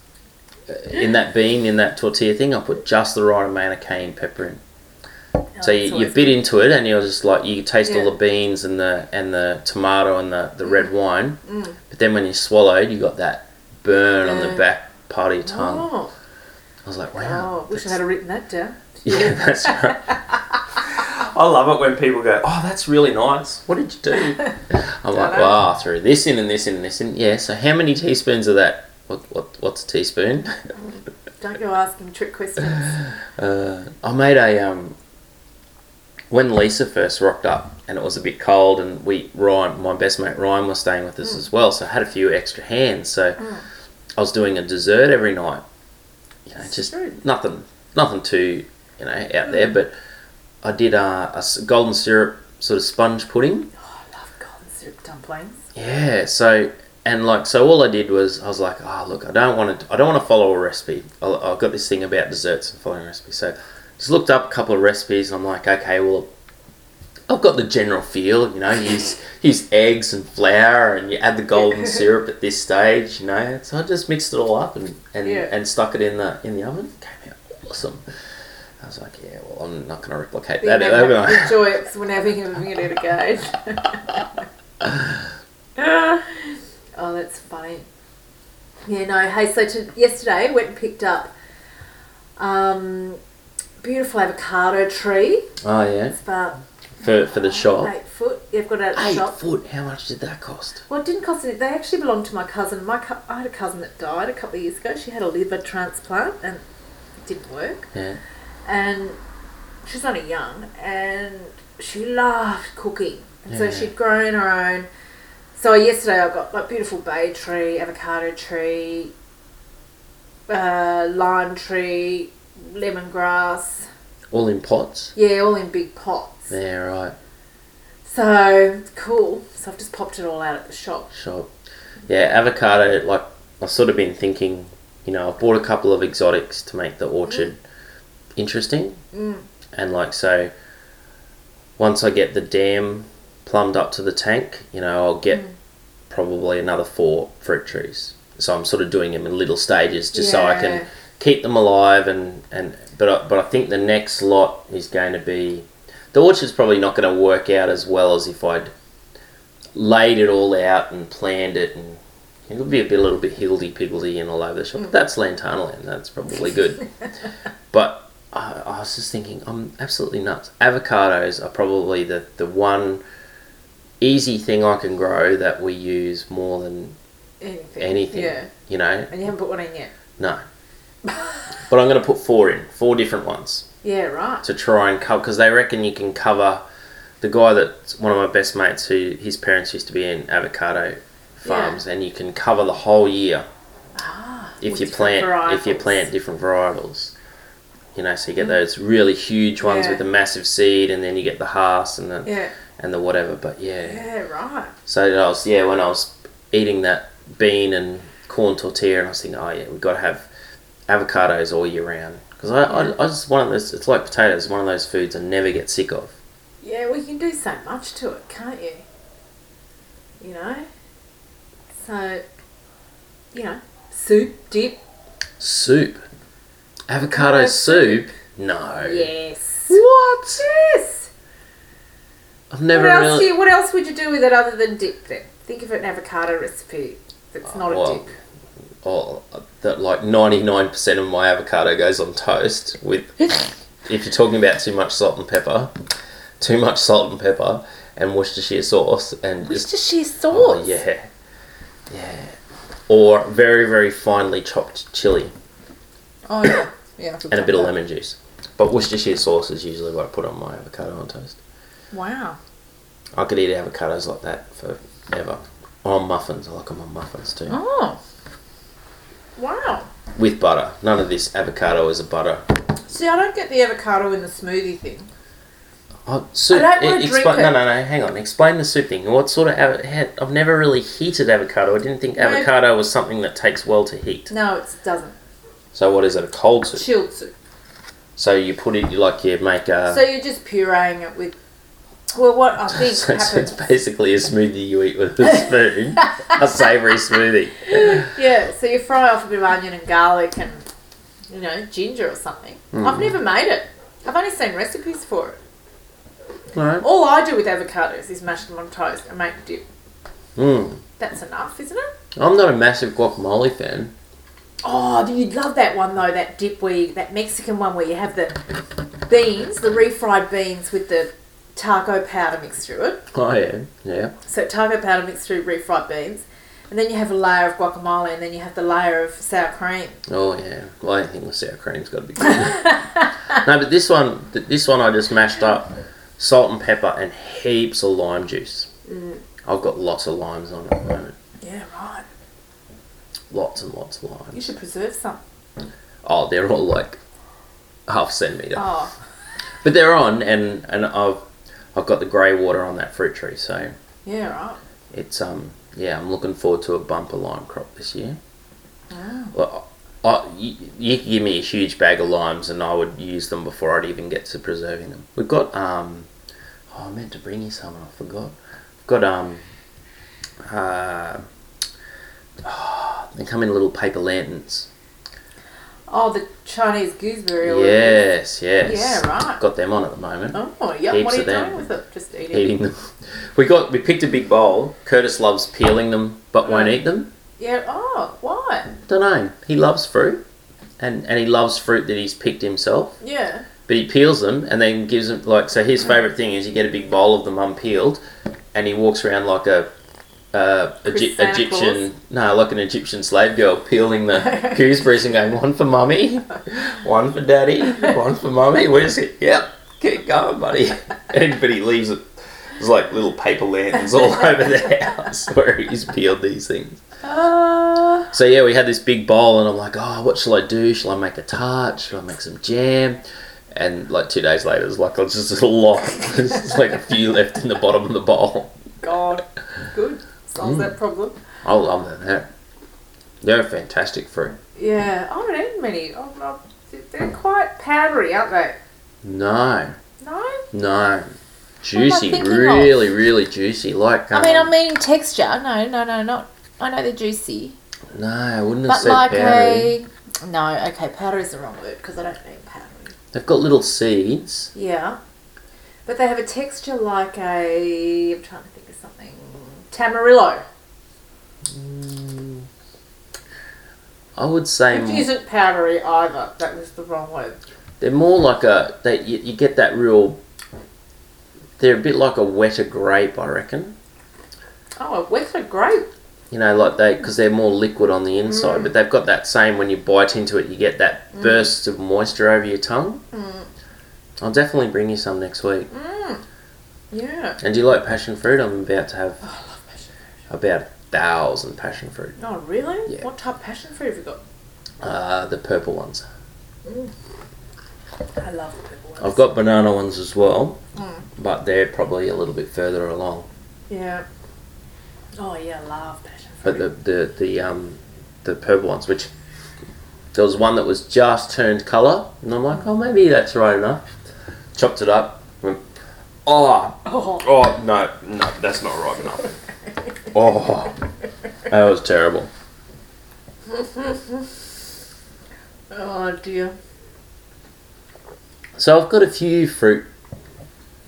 Speaker 12: uh, in that bean in that tortilla thing. I put just the right amount of cayenne pepper in. so
Speaker 15: that's
Speaker 12: you, you
Speaker 15: always
Speaker 12: bit into it, and you're just like you taste all
Speaker 15: Yeah.
Speaker 12: the beans and the and the tomato and the, the red wine.
Speaker 15: Mm.
Speaker 12: But then when you swallowed, you got that burn on
Speaker 13: Yeah.
Speaker 12: the back part of your tongue.
Speaker 13: Oh,
Speaker 12: I was like, wow.
Speaker 13: oh, wish I had written that down.
Speaker 12: Yeah, that's right. I love it when people go, "Oh, that's really nice. What did you do?" I'm like,
Speaker 13: Dunno.
Speaker 12: "Wow, I threw this in and this in and this in." Yeah. So how many teaspoons of that? What what what's a teaspoon?
Speaker 13: Don't go asking trick questions.
Speaker 12: Uh, I made a um. When Lisa first rocked up and it was a bit cold, and we Ryan, my best mate Ryan, was staying with us as well, so I had a few extra hands. So
Speaker 13: Mm.
Speaker 12: I was doing a dessert every night, you know, just
Speaker 13: True. Mm.
Speaker 12: nothing, nothing too, you know, out there. But I did uh, a s- golden syrup sort of sponge pudding,
Speaker 13: Syrup dumplings.
Speaker 12: yeah. So and like so, all I did was I was like, oh look, I don't want to. I don't want to follow a recipe. I, I've got this thing about desserts and following recipes. So just looked up a couple of recipes. and I'm like, okay, well, I've got the general feel. You know, use use eggs and flour, and you add the golden syrup at this stage. You know, so I just mixed it all up and and,
Speaker 13: Yeah.
Speaker 12: and stuck it in the in the oven. Came out awesome. I was like, yeah, well, I'm not going to replicate
Speaker 13: Then
Speaker 12: that,
Speaker 13: they
Speaker 12: am I?
Speaker 13: have enjoy it whenever you're doing it again. oh, that's funny. Yeah, no. Hey, so to, yesterday went and picked up um, beautiful avocado tree.
Speaker 12: Oh yeah,
Speaker 13: It's about
Speaker 12: for for the shop.
Speaker 13: eight foot. You've got it at the
Speaker 12: Eight
Speaker 13: shop.
Speaker 12: foot. How much did that cost?
Speaker 13: Well, it didn't cost any. They actually belonged to my cousin. My cou- I had a cousin that died a couple of years ago. She had a liver transplant and it didn't work.
Speaker 12: Yeah.
Speaker 13: And she's only young, and she loved cooking. And so
Speaker 12: Yeah.
Speaker 13: she'd grown her own. So yesterday I got like beautiful bay tree, avocado tree, uh, lime tree, lemongrass.
Speaker 12: All in pots?
Speaker 13: Yeah, all in big pots.
Speaker 12: Yeah, right.
Speaker 13: So it's cool. So I've just popped it all out at the shop.
Speaker 12: Sure. Yeah, avocado, like, I've sort of been thinking, you know, I've bought a couple of exotics to make the orchard interesting.
Speaker 13: Mm.
Speaker 12: And, like, so once I get the dam plumbed up to the tank, you know, I'll get
Speaker 13: Mm.
Speaker 12: probably another four fruit trees. So I'm sort of doing them in little stages just so I
Speaker 13: Yeah.
Speaker 12: can keep them alive and, and but I, but I think the next lot is going to be the orchard's probably not going to work out as well as if I'd laid it all out and planned it and it'll be a bit a little bit hildy piggledy and all over the
Speaker 13: Mm.
Speaker 12: shop. But that's Lantana land. That's probably good. but I, I was just thinking, I'm absolutely nuts. Avocados are probably the the one easy thing I can grow that we use more than
Speaker 13: Anything.
Speaker 12: anything.
Speaker 13: Yeah.
Speaker 12: You know,
Speaker 13: And you haven't put one in yet.
Speaker 12: no. but I'm going to put four in, four different ones
Speaker 13: Yeah, right.
Speaker 12: to try and cover because they reckon you can cover the guy that's one of my best mates who his parents used to be in avocado farms and you can cover the whole year if
Speaker 13: Ah, with
Speaker 12: you
Speaker 13: different
Speaker 12: plant if you
Speaker 13: varietals. Mm.
Speaker 12: plant different varietals you know so you get those really huge ones
Speaker 13: Yeah.
Speaker 12: with the massive seed and then you get the haas and the
Speaker 13: Yeah.
Speaker 12: and the whatever but yeah
Speaker 13: Yeah, right.
Speaker 12: so I was yeah when I was eating that bean and corn tortilla, and I was thinking, oh yeah, we've got to have avocados all year round because I, I I just one of those. It's like potatoes, one of those foods I never get sick of.
Speaker 13: Yeah, well, you can do so much to it, can't you? You know? So, you know, soup, dip.
Speaker 12: Soup, avocado soup. No,
Speaker 13: Yes.
Speaker 12: Oh. What?
Speaker 13: Yes.
Speaker 12: I've never
Speaker 13: what, else do
Speaker 12: really.
Speaker 13: you, what else would you do with it other than dip then? Think of an avocado recipe that's not a
Speaker 12: well,
Speaker 13: dip.
Speaker 12: oh, that like ninety nine percent of my avocado goes on toast with. if you're talking about too much salt and pepper, too much salt and pepper and Worcestershire sauce and just-
Speaker 13: Worcestershire
Speaker 12: Oh,
Speaker 13: sauce.
Speaker 12: yeah. Yeah. Or very, very finely chopped chili
Speaker 13: Oh, yeah. yeah I could
Speaker 12: and a
Speaker 13: take
Speaker 12: bit of
Speaker 13: that.
Speaker 12: lemon juice. But Worcestershire sauce is usually what I put on my avocado on toast.
Speaker 13: Wow.
Speaker 12: I could eat avocados like that forever. Or on muffins. I like them on muffins too.
Speaker 13: Oh. Wow.
Speaker 12: With butter. None of this avocado is a butter.
Speaker 13: See, I don't get the avocado in the smoothie thing.
Speaker 12: Oh, soup.
Speaker 13: don't wanna drink
Speaker 12: explain, No,
Speaker 13: it.
Speaker 12: no, no. Hang on. Explain the soup thing. What sort of avocado? I've never really heated avocado. I didn't think
Speaker 13: No.
Speaker 12: avocado was something that takes well to heat.
Speaker 13: No, it doesn't.
Speaker 12: So what is it? A cold soup.
Speaker 13: Chilled soup.
Speaker 12: So you put it like you make a.
Speaker 13: So you're just pureeing it with. Well, what I think
Speaker 12: So, so it's
Speaker 13: happens.
Speaker 12: basically a smoothie you eat with a spoon, a savoury smoothie.
Speaker 13: Yeah, so you fry off a bit of onion and garlic and, you know, ginger or something. I've never made it. I've only seen recipes for it.
Speaker 12: Right.
Speaker 13: All I do with avocados is mash them on toast and make dip.
Speaker 12: Mm.
Speaker 13: That's enough, isn't it?
Speaker 12: I'm not a massive guacamole fan.
Speaker 13: Oh, you'd love that one though, that dip where you, that Mexican one where you have the beans, the refried beans with the taco powder mixed through it.
Speaker 12: Oh yeah, yeah.
Speaker 13: So taco powder mixed through refried beans, and then you have a layer of guacamole, and then you have the layer of sour cream.
Speaker 12: Oh yeah. Well, I don't think the sour cream's got to be. Good. no, but this one, th- this one I just mashed up. salt and pepper, and heaps of lime juice.
Speaker 13: Mm.
Speaker 12: I've got lots of limes on at the moment.
Speaker 13: Yeah, right.
Speaker 12: Lots and lots of limes.
Speaker 13: You should preserve some.
Speaker 12: Oh, they're all like half centimeter.
Speaker 13: Oh,
Speaker 12: But they're on, and and I've I've got the grey water on that fruit tree, so
Speaker 13: yeah, right.
Speaker 12: it's um yeah, I'm looking forward to a bumper lime crop this year.
Speaker 13: Wow.
Speaker 12: Well, I, I- you, you could give me a huge bag of limes, and I would use them before I'd even get to preserving them. We've got um, oh, I meant to bring you some, and I forgot. We've got um, uh, oh, they come in little paper lanterns.
Speaker 13: Oh, the Chinese gooseberry. oil.
Speaker 12: Yes, yes.
Speaker 13: Yeah, right.
Speaker 12: Got them on at the moment.
Speaker 13: Oh, yum.
Speaker 12: Heaps
Speaker 13: what are you
Speaker 12: of them.
Speaker 13: doing with it? Just eating.
Speaker 12: Eating them. We got we picked a big bowl. Curtis loves peeling them, but won't eat them.
Speaker 13: Yeah. Oh, why?
Speaker 12: Don't know. He loves fruit, and and he loves fruit that he's picked himself.
Speaker 13: Yeah.
Speaker 12: But he peels them and then gives them like so. His favorite thing is you get a big bowl of them unpeeled, and he walks around like a uh, Egy-
Speaker 13: Santa
Speaker 12: Egyptian no, like an Egyptian slave girl peeling the gooseberries and going one for mummy, one for daddy, one for mummy. We just get yep, keep going, buddy. And but he leaves it. There's like little paper lanterns all over the house where he's peeled these things.
Speaker 13: Uh,
Speaker 12: So yeah, we had this big bowl, and I'm like, oh, what shall I do? Shall I make a tart? Shall I make some jam? And like two days later, it's like it's just a lot. There's just, like a few left in the bottom of the bowl.
Speaker 13: God. Good. Solves
Speaker 12: Mm.
Speaker 13: that problem.
Speaker 12: I love that. yeah. They're a fantastic fruit.
Speaker 13: Yeah. I haven't eaten many. Oh, no. They're quite powdery, aren't they?
Speaker 12: No,
Speaker 13: No.
Speaker 12: no, juicy,
Speaker 13: thinking of?
Speaker 12: really, really juicy. Like um,
Speaker 13: I mean, I mean texture. No, no, no, not. I know they're juicy,
Speaker 12: no, I wouldn't have
Speaker 13: but
Speaker 12: said
Speaker 13: like
Speaker 12: powdery.
Speaker 13: a no. Okay, powder is the wrong word because I don't mean powder.
Speaker 12: They've got little seeds.
Speaker 13: Yeah, but they have a texture like a. I'm trying to think of something. Tamarillo,
Speaker 12: I would say
Speaker 13: which
Speaker 12: more-
Speaker 13: isn't powdery either. That was the wrong word.
Speaker 12: They're more like a they you, you get that real. They're a bit like a wetter grape, I reckon.
Speaker 13: Oh, a wetter grape.
Speaker 12: You know, like they because they're more liquid on the inside, but they've got that same when you bite into it, you get that
Speaker 13: Mm.
Speaker 12: burst of moisture over your tongue.
Speaker 13: Mm.
Speaker 12: I'll definitely bring you some next week.
Speaker 13: Mm. Yeah.
Speaker 12: And do you like passion fruit? I'm about to have about a thousand passion fruit.
Speaker 13: Oh, really?
Speaker 12: Yeah.
Speaker 13: What type of passion fruit have you got?
Speaker 12: Uh, the purple ones.
Speaker 13: Mm. I love purple ones.
Speaker 12: I've got banana ones as well,
Speaker 13: Mm.
Speaker 12: but they're probably a little bit further along.
Speaker 13: Yeah. Oh yeah, I love passion fruit.
Speaker 12: But the the the um the purple ones, which there was one that was just turned colour, and I'm like, oh, maybe that's right enough. Chopped it up. went, Oh,
Speaker 13: Oh.
Speaker 12: oh no, no, that's not ripe enough. Oh, that was terrible.
Speaker 13: oh dear.
Speaker 12: So I've got a few fruit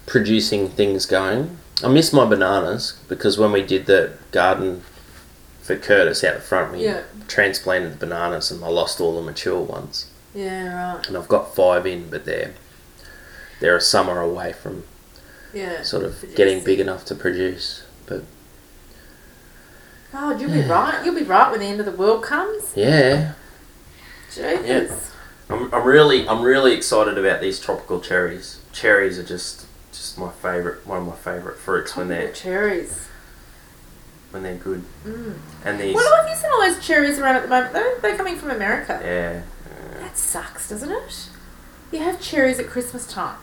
Speaker 12: producing things going. I miss my bananas because when we did the garden for Curtis out the front, we
Speaker 13: Yeah.
Speaker 12: transplanted the bananas and I lost all the mature ones.
Speaker 13: Yeah. Right.
Speaker 12: and I've got five in, but they're they're a summer away from
Speaker 13: Yeah.
Speaker 12: sort of
Speaker 13: Producing.
Speaker 12: getting big enough to produce. But
Speaker 13: God, Oh, you'll be right. You'll be right when the end of the world comes.
Speaker 12: yeah,
Speaker 13: Jesus.
Speaker 12: I'm, I'm really I'm really excited about these tropical cherries. Cherries are just just my favorite one of my favorite fruits when
Speaker 13: Tropical
Speaker 12: they're
Speaker 13: cherries.
Speaker 12: when they're good.
Speaker 13: Mm.
Speaker 12: And these
Speaker 13: Well, have you seen all those cherries around at the moment? Though they're coming from America.
Speaker 12: yeah,
Speaker 13: That sucks, doesn't it? You have cherries at Christmas time.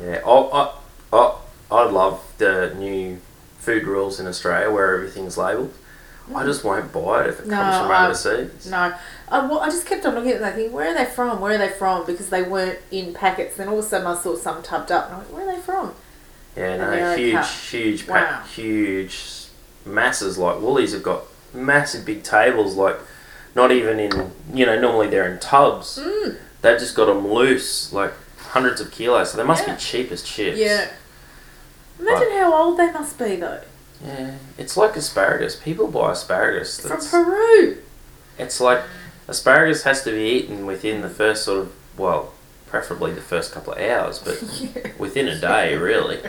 Speaker 12: yeah. Oh, I oh, I love the new food rules in Australia where everything's labelled. I just won't buy it if it
Speaker 13: Mm. No,
Speaker 12: comes from
Speaker 13: I-
Speaker 12: overseas.
Speaker 13: No, I, well, I just kept on looking at that thing. Where are they from? Where are they from? Because they weren't in packets. Then all of a sudden I saw some tubbed up, and I went, "Where are they from?"
Speaker 12: Yeah, no,
Speaker 13: America.
Speaker 12: huge, huge,
Speaker 13: Wow.
Speaker 12: pa- huge masses. Like Woolies have got massive big tables. Like not even in you know normally they're in tubs.
Speaker 13: Mm.
Speaker 12: They've just got them loose, like hundreds of kilos. So they must
Speaker 13: Yeah.
Speaker 12: be cheap as chips.
Speaker 13: Yeah. Imagine how old they must be though.
Speaker 12: yeah. It's like asparagus. People buy asparagus. That's,
Speaker 13: From Peru.
Speaker 12: it's like asparagus has to be eaten within the first sort of well, preferably the first couple of hours, but within a day really.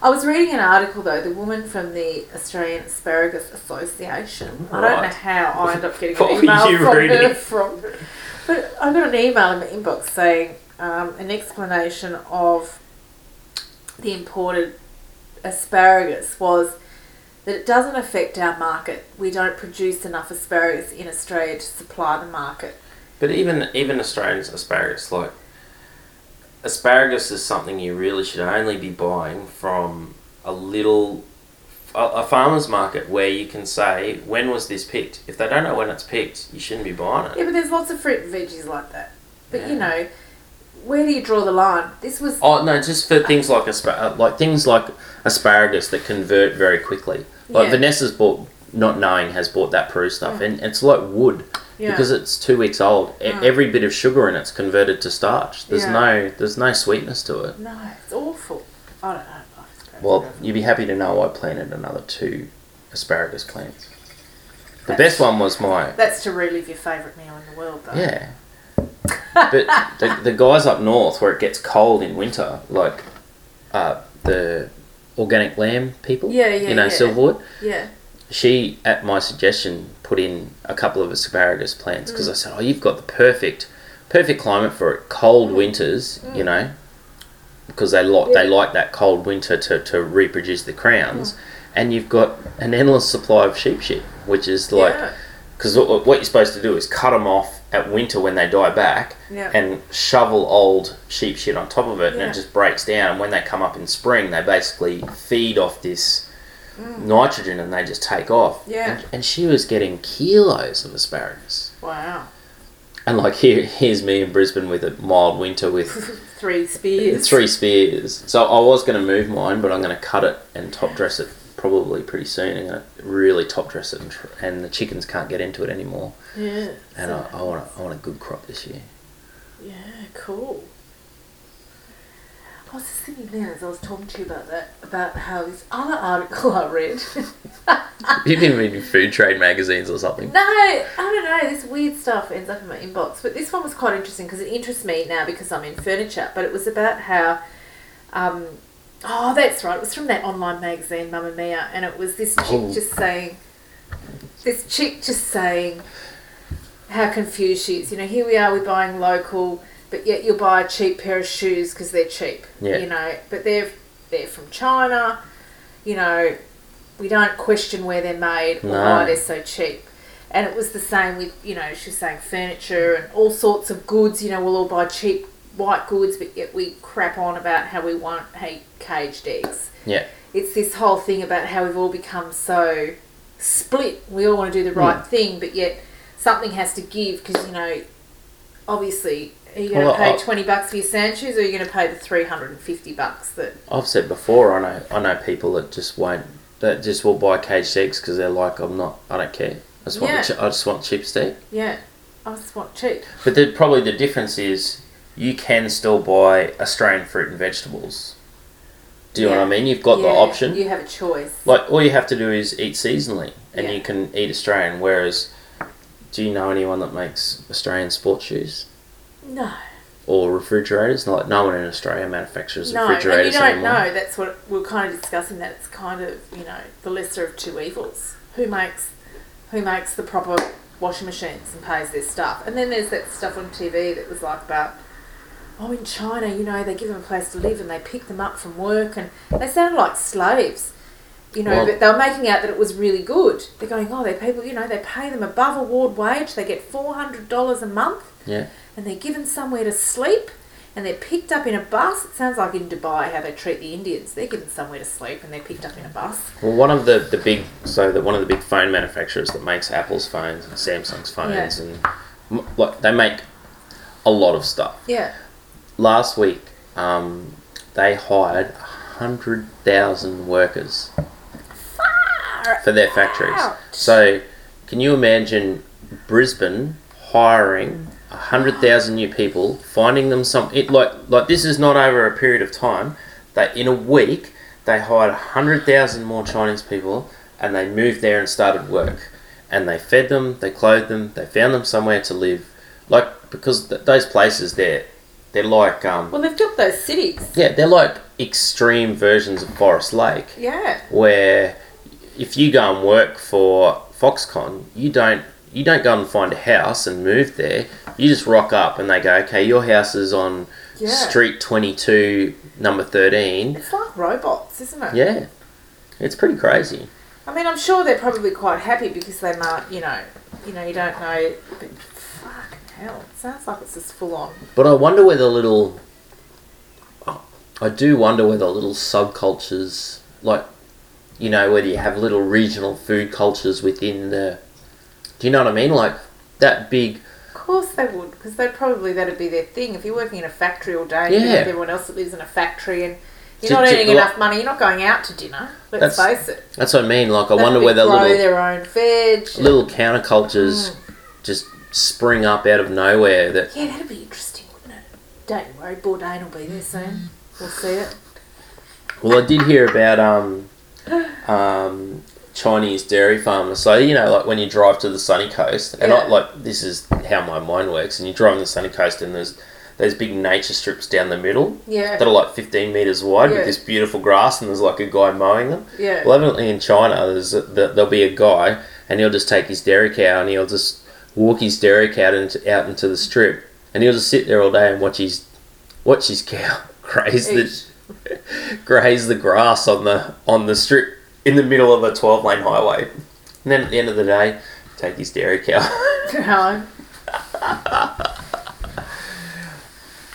Speaker 13: I was reading an article though, the woman from the Australian Asparagus Association. I don't
Speaker 12: Right.
Speaker 13: know how I ended up getting
Speaker 12: What
Speaker 13: an
Speaker 12: were
Speaker 13: email
Speaker 12: you
Speaker 13: from her
Speaker 12: reading?
Speaker 13: from, but I got an email in my inbox saying um, an explanation of the imported asparagus was that it doesn't affect our market. We don't produce enough asparagus in Australia to supply the market.
Speaker 12: But even even Australians asparagus like asparagus is something you really should only be buying from a little a, a farmer's market where you can say when was this picked. If they don't know when it's picked, you shouldn't be buying it.
Speaker 13: Yeah, but there's lots of fruit and veggies like that. But you
Speaker 12: Yeah.
Speaker 13: know, where do you draw the line? This was
Speaker 12: Oh no, just for things like aspar- uh, like things like asparagus that convert very quickly. Like
Speaker 13: Yeah.
Speaker 12: Vanessa's bought, not knowing, has bought that Peru stuff,
Speaker 13: Mm.
Speaker 12: and it's like wood
Speaker 13: Yeah.
Speaker 12: because it's two weeks old. E-
Speaker 13: Mm.
Speaker 12: Every bit of sugar in it's converted to starch. There's
Speaker 13: Yeah.
Speaker 12: no there's no sweetness to it.
Speaker 13: no, it's awful. I don't know.
Speaker 12: Well, you'd be happy to know I planted another two asparagus plants. The best one was my
Speaker 13: That's to relive your favourite meal in the world, though.
Speaker 12: yeah. but the, the guys up north where it gets cold in winter, like uh, the organic lamb people,
Speaker 13: Yeah, yeah,
Speaker 12: you know,
Speaker 13: yeah.
Speaker 12: Silverwood,
Speaker 13: Yeah.
Speaker 12: she, at my suggestion, put in a couple of asparagus plants because
Speaker 13: Mm.
Speaker 12: I said, "Oh, you've got the perfect, perfect climate for it. Cold winters, you know, because they like they
Speaker 13: Mm. Yeah. Mm.
Speaker 12: like that cold winter to, to reproduce the crowns, and you've got an endless supply of sheep shit, which is like,
Speaker 13: Yeah.
Speaker 12: because what what you're supposed to do is cut them off at winter when they die back,
Speaker 13: Yeah.
Speaker 12: and shovel old sheep shit on top of it, and
Speaker 13: Yeah.
Speaker 12: it just breaks down. And when they come up in spring, they basically feed off this nitrogen and they just take off.
Speaker 13: Mm. Yeah.
Speaker 12: And, and she was getting kilos of asparagus.
Speaker 13: Wow.
Speaker 12: And like here, here's me in Brisbane with a mild winter with
Speaker 13: Three spears.
Speaker 12: three spears. So I was going to move mine, but I'm going to cut it and top dress it probably pretty soon. I'm going to really top dress it, and, tr- and the chickens can't get into it anymore.
Speaker 13: Yeah.
Speaker 12: And
Speaker 13: so-
Speaker 12: I, I want a, I want a good crop this year.
Speaker 13: Yeah, cool. I was just thinking now as I was talking to you about that, about how this other article I read.
Speaker 12: You've been reading food trade magazines or something.
Speaker 13: No, I don't know. This weird stuff ends up in my inbox. But this one was quite interesting because it interests me now because I'm in furniture. But it was about how, um, oh, that's right. It was from that online magazine, Mamma Mia, and it was this chick
Speaker 12: Oh.
Speaker 13: just saying, this chick just saying, how confused she is. You know, here we are, we're buying local, but yet you'll buy a cheap pair of shoes because they're cheap.
Speaker 12: Yeah.
Speaker 13: You know, but they're they're from China. You know, we don't question where they're made or
Speaker 12: No.
Speaker 13: why they're so cheap. And it was the same with, you know, she was saying furniture and all sorts of goods, you know, we'll all buy cheap white goods, but yet we crap on about how we want hey, caged eggs.
Speaker 12: Yeah.
Speaker 13: It's this whole thing about how we've all become so split. We all want to do the right
Speaker 12: Hmm.
Speaker 13: thing, but yet something has to give because, you know, obviously, are you going to
Speaker 12: Well,
Speaker 13: pay
Speaker 12: I-
Speaker 13: 20 bucks for your sand shoes or are you going to pay the 350 bucks that
Speaker 12: I've said before, I know I know people that just won't that just will buy caged eggs because they're like, I'm not, I don't care. I just want,
Speaker 13: Yeah.
Speaker 12: the ch- I just want cheap steak.
Speaker 13: Yeah, I just want cheap.
Speaker 12: But the, probably the difference is you can still buy Australian fruit and vegetables. Do you know what I mean? You've got the
Speaker 13: Yeah,
Speaker 12: option.
Speaker 13: You have a choice.
Speaker 12: Like all you have to do is eat seasonally, and
Speaker 13: Yeah.
Speaker 12: you can eat Australian. Whereas, do you know anyone that makes Australian sports shoes
Speaker 13: No,
Speaker 12: or refrigerators? Like no one in Australia manufactures
Speaker 13: no, and you
Speaker 12: refrigerators
Speaker 13: don't
Speaker 12: anymore.
Speaker 13: know. That's what we we're kind of discussing. That it's kind of you know the lesser of two evils. Who makes who makes the proper washing machines and pays their stuff? And then there's that stuff on TV that was like about. Oh, in China, you know, they give them a place to live and they pick them up from work and they sounded like slaves, you know,
Speaker 12: Well-
Speaker 13: but they were making out that it was really good. They're going, oh, they're people, you know, they pay them above award wage, they get $400 a month.
Speaker 12: Yeah.
Speaker 13: and they're given somewhere to sleep and they're picked up in a bus. It sounds like in Dubai how they treat the Indians. They're given somewhere to sleep and they're picked up in a bus.
Speaker 12: Well, one of the, the big so that one of the big phone manufacturers that makes Apple's phones and Samsung's phones and m- like they make a lot of stuff.
Speaker 13: Yeah.
Speaker 12: Last week, um, they hired hundred thousand workers for their factories.
Speaker 13: out.
Speaker 12: So, can you imagine Brisbane hiring hundred thousand new people, finding them some it like like this is not over a period of time. They in a week they hired hundred thousand more Chinese people, and they moved there and started work, and they fed them, they clothed them, they found them somewhere to live, like because th- those places there, they're like um
Speaker 13: Well, they've got those cities.
Speaker 12: yeah they're like extreme versions of Forest Lake
Speaker 13: Yeah.
Speaker 12: where if you go and work for Foxconn, you don't you don't go and find a house and move there. You just rock up and they go, okay, your house is on
Speaker 13: Yeah.
Speaker 12: Street 22, number 13.
Speaker 13: It's like robots, isn't it?
Speaker 12: Yeah, it's pretty crazy.
Speaker 13: I mean, I'm sure they're probably quite happy because they might, you know, you know, you don't know. But fucking hell, it sounds like it's just full on.
Speaker 12: But I wonder whether little. I do wonder whether little subcultures, like, you know, whether you have little regional food cultures within the. Do you know what I mean? Like, that big.
Speaker 13: Of course they would, because they probably that'd be their thing. If you're working in a factory all day, you're
Speaker 12: Yeah.
Speaker 13: with everyone else that lives in a factory, and you're
Speaker 12: Ju-
Speaker 13: not
Speaker 12: ju-
Speaker 13: earning
Speaker 12: like-
Speaker 13: enough money, you're not going out to dinner. Let's
Speaker 12: That's-
Speaker 13: face it.
Speaker 12: That's what I mean. Like, I
Speaker 13: They
Speaker 12: wonder
Speaker 13: probably
Speaker 12: whether
Speaker 13: grow
Speaker 12: little.
Speaker 13: their own veg. and-
Speaker 12: little countercultures just spring up out of nowhere that
Speaker 13: Yeah, that'd be interesting, wouldn't it? Don't you worry, Bourdain will be there soon. We'll see it.
Speaker 12: well i did hear about um um chinese dairy farmers so you know like when you drive to the sunny coast and I,
Speaker 13: Yeah.
Speaker 12: like this is how my mind works and you drive on the sunny coast and there's there's big nature strips down the middle
Speaker 13: Yeah.
Speaker 12: that are like 15 meters wide
Speaker 13: Yeah.
Speaker 12: with this beautiful grass and there's like a guy mowing them
Speaker 13: Yeah.
Speaker 12: well evidently in china there's a, th- there'll be a guy and he'll just take his dairy cow and he'll just walk his dairy cow into, out into the strip and he'll just sit there all day and watch his watch his cow graze the graze the grass on the on the strip in the middle of a 12 lane highway and then at the end of the day take his dairy cow
Speaker 13: No.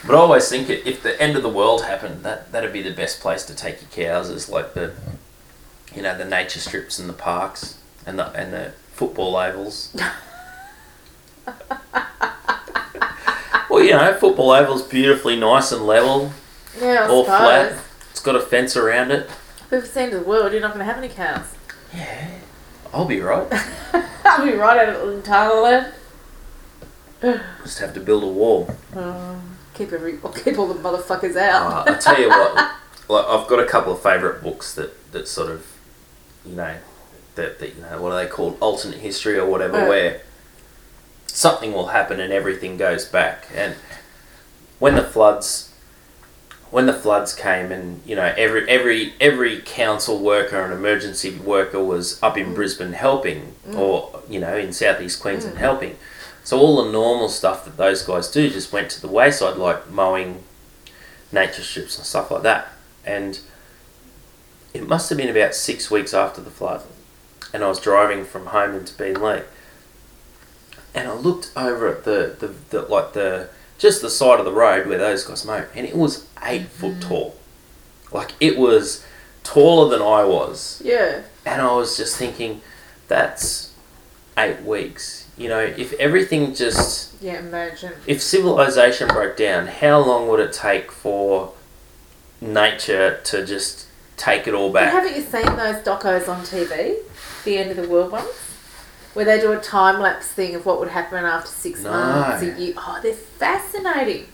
Speaker 12: But I always think it, if the end of the world happened, that that'd be the best place to take your cows is like the, you know, the nature strips and the parks and the and the football ovals. well, you know, football ovals beautifully nice and level,
Speaker 13: Yeah, I
Speaker 12: all
Speaker 13: suppose.
Speaker 12: flat. It's got a fence around it.
Speaker 13: We've seen the world, you're not going to have any cows.
Speaker 12: I'll be right.
Speaker 13: I'll be right out of Thailand.
Speaker 12: Just have to build a wall.
Speaker 13: Um, keep every, I'll keep all the motherfuckers out.
Speaker 12: Uh, I tell you what, like I've got a couple of favourite books that, that sort of, you know, that, that you know what are they called? Alternate history or whatever,
Speaker 13: Right.
Speaker 12: where something will happen and everything goes back. And when the floods, when the floods came, and you know every every every council worker and emergency worker was up in Brisbane helping, or you know in southeast Queensland helping. So all the normal stuff that those guys do just went to the wayside, like mowing nature strips and stuff like that. And it must have been about six weeks after the flood, and I was driving from home into Beenleigh, and I looked over at the, the, the like the just the side of the road where those guys mow, and it was 8 foot tall, like it was taller than I was,
Speaker 13: yeah.
Speaker 12: and I was just thinking, that's eight weeks. You know, if everything just
Speaker 13: Yeah, imagine.
Speaker 12: if civilization broke down, how long would it take for nature to just take it all
Speaker 13: But
Speaker 12: back?
Speaker 13: haven't you seen those docos on TV? The end of the world ones? Where they do a time lapse thing of what would happen after six
Speaker 12: No.
Speaker 13: months, a year. Oh, they're fascinating.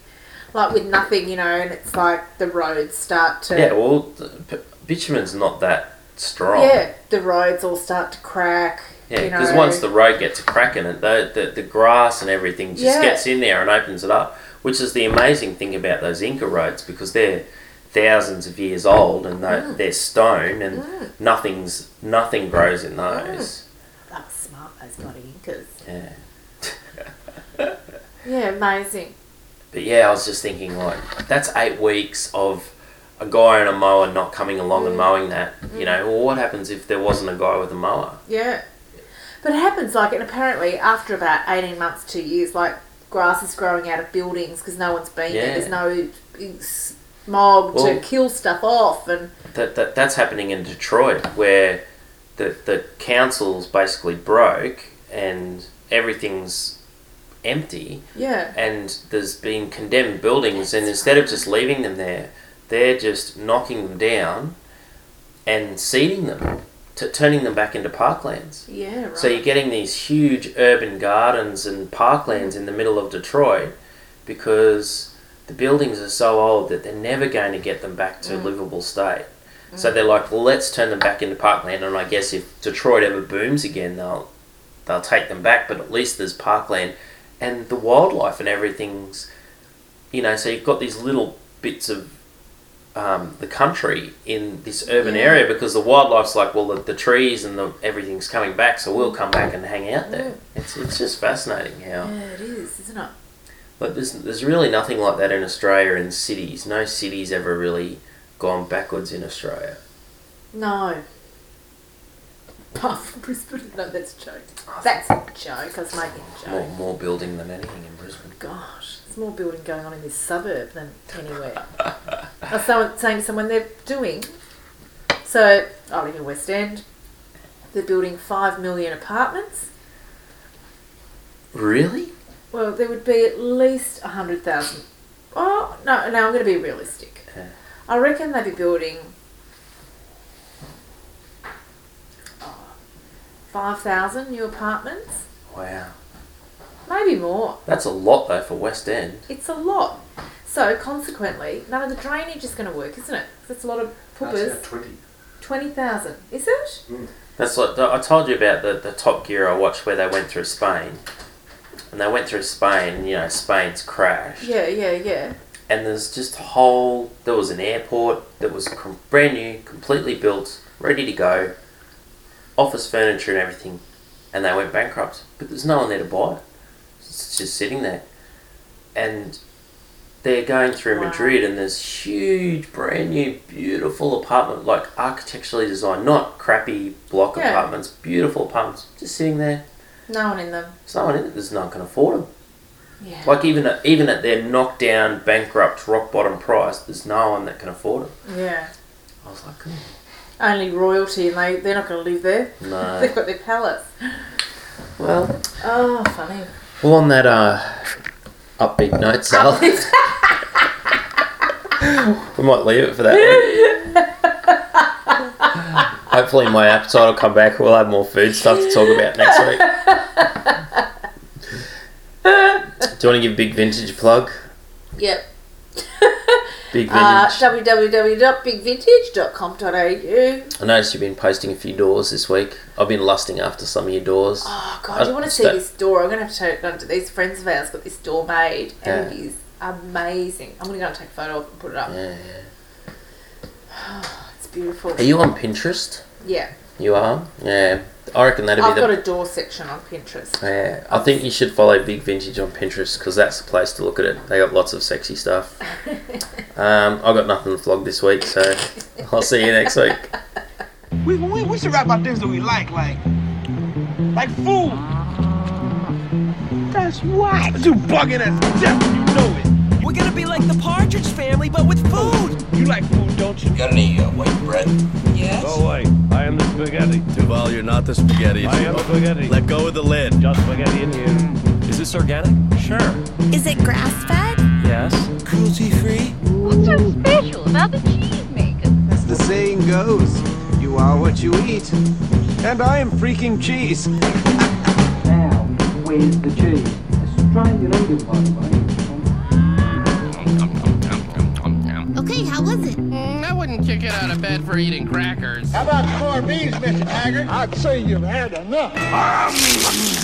Speaker 13: Like with nothing, you know, and it's like the roads start to.
Speaker 12: Yeah, well, the, p- bitumen's not that strong.
Speaker 13: Yeah, the roads all start to crack.
Speaker 12: Yeah,
Speaker 13: you know.
Speaker 12: because once the road gets a crack in it, the, the, the grass and everything just
Speaker 13: Yeah.
Speaker 12: gets in there and opens it up, which is the amazing thing about those Inca roads because they're thousands of years old and they're,
Speaker 13: Mm.
Speaker 12: they're stone and nothing's nothing grows in those.
Speaker 13: That was smart, those bloody Incas.
Speaker 12: Yeah.
Speaker 13: Yeah, amazing.
Speaker 12: But yeah, I was just thinking like that's eight weeks of a guy and a mower not coming along and mowing that. You know, well, what happens if there wasn't a guy with a mower?
Speaker 13: Yeah. But it happens like, and apparently after about 18 months, two years, like grass is growing out of buildings because no one's been there. There's
Speaker 12: Yeah.
Speaker 13: no big smog
Speaker 12: Well-
Speaker 13: to kill stuff off. And
Speaker 12: That, that that's happening in Detroit where the the council's basically broke and everything's empty
Speaker 13: yeah.
Speaker 12: and there's been condemned buildings and instead of just leaving them there, they're just knocking them down and seeding them, t- turning them back into parklands.
Speaker 13: Yeah, right.
Speaker 12: So you're getting these huge urban gardens and parklands in the middle of Detroit because the buildings are so old that they're never going to get them back to livable state. So they're like, let's turn them back into parkland, and I guess if Detroit ever booms again, they'll they'll take them back. But at least there's parkland, and the wildlife and everything's, you know. So you've got these little bits of um, the country in this urban area because the wildlife's like, well, the, the trees and the everything's coming back, so we'll come back and hang out there. It's, it's just fascinating how.
Speaker 13: Yeah, it is, isn't it?
Speaker 12: But there's, there's really nothing like that in Australia in cities. No city's ever really gone backwards in Australia.
Speaker 13: No. Apart from Brisbane. No, that's a joke. That's a joke. I was making a joke.
Speaker 12: More, more building than anything in Brisbane.
Speaker 13: Gosh, there's more building going on in this suburb than anywhere. I was so- saying to someone they're doing. So I live in West End. They're building five million apartments.
Speaker 12: Really?
Speaker 13: Well, there would be at least a hundred thousand. Oh no, no, I'm going to be realistic. I reckon they'd be building oh, five thousand new apartments,
Speaker 12: Wow.
Speaker 13: maybe more.
Speaker 12: That's a lot though for West End.
Speaker 13: It's a lot. So consequently, none of the drainage is going to work, isn't it? 'Cause That's a lot of poopers.
Speaker 12: Twenty. Mm.
Speaker 13: Twenty thousand, is it?
Speaker 12: That's like I told you about the, the Top Gear I watched where they went through Spain, and they went through Spain. and, You know, Spain's crashed,
Speaker 13: Yeah, yeah, yeah.
Speaker 12: and there's just whole. There was an airport that was com- brand new, completely built, ready to go, office furniture and everything, and they went bankrupt. But there's no one there to buy it. It's just sitting there, and they're going through Madrid, and there's huge, brand new, beautiful apartment, like architecturally designed, not crappy block
Speaker 13: Yeah.
Speaker 12: apartments, beautiful apartments, just sitting there.
Speaker 13: No one in them.
Speaker 12: There's no one in it. There's no one can afford them.
Speaker 13: Yeah.
Speaker 12: Like even at, even at their knocked down, bankrupt, rock bottom price, there's no one that can afford them.
Speaker 13: Yeah.
Speaker 12: I was like, "Hmm."
Speaker 13: Only royalty, and they they're not going to live there.
Speaker 12: No.
Speaker 13: They've got their palace.
Speaker 12: well,
Speaker 13: Oh, funny.
Speaker 12: well, on that uh, upbeat note, Sal, we might leave it for that. Hopefully, my appetite will come back. We'll have more food stuff to talk about next week. Do you want to give Big Vintage a plug?
Speaker 13: Yep.
Speaker 12: Big Vintage.
Speaker 13: Uh, www.bigvintage.com.au.
Speaker 12: I noticed you've been posting a few doors this week. I've been lusting after some of your doors.
Speaker 13: Oh God, you want to see this door? I'm going to have to take it to these friends of ours. Got this door made, and it
Speaker 12: Yeah.
Speaker 13: is amazing. I'm going to go and take a photo of it and put it up.
Speaker 12: Yeah, yeah.
Speaker 13: It's beautiful.
Speaker 12: Are you on Pinterest?
Speaker 13: Yeah,
Speaker 12: You are? Yeah. I reckon that'd
Speaker 13: I've
Speaker 12: be
Speaker 13: got
Speaker 12: the.
Speaker 13: a door section on Pinterest.
Speaker 12: yeah, I think you should follow Big Vintage on Pinterest because that's the place to look at it. They got lots of sexy stuff. um, I got nothing to vlog this week, so I'll see you next week.
Speaker 1: We, we, we should rap about things that we like, like like food. That's why. You bugging us, Jeff. You know it.
Speaker 2: We're gonna be like the Partridge Family, but with food.
Speaker 1: You like food, don't you?
Speaker 3: Got any uh, white bread?
Speaker 2: Yes.
Speaker 4: Go away. I am the spaghetti.
Speaker 5: Duval, you're not the spaghetti.
Speaker 4: I am spaghetti.
Speaker 5: Let go of the lid.
Speaker 4: Just spaghetti in here.
Speaker 6: Is this organic? Sure.
Speaker 7: Is it grass fed?
Speaker 6: Yes.
Speaker 3: Cruelty free?
Speaker 8: What's so special about the cheesemaker?
Speaker 9: As the saying goes, you are what you eat. And I am freaking cheese.
Speaker 10: Now, where's the cheese? Australian United, by the way.
Speaker 7: Okay, how was it?
Speaker 11: Mm, I wouldn't kick it out of bed for eating crackers.
Speaker 1: How about corned beans, Mr. Taggart? I'd say you've had enough.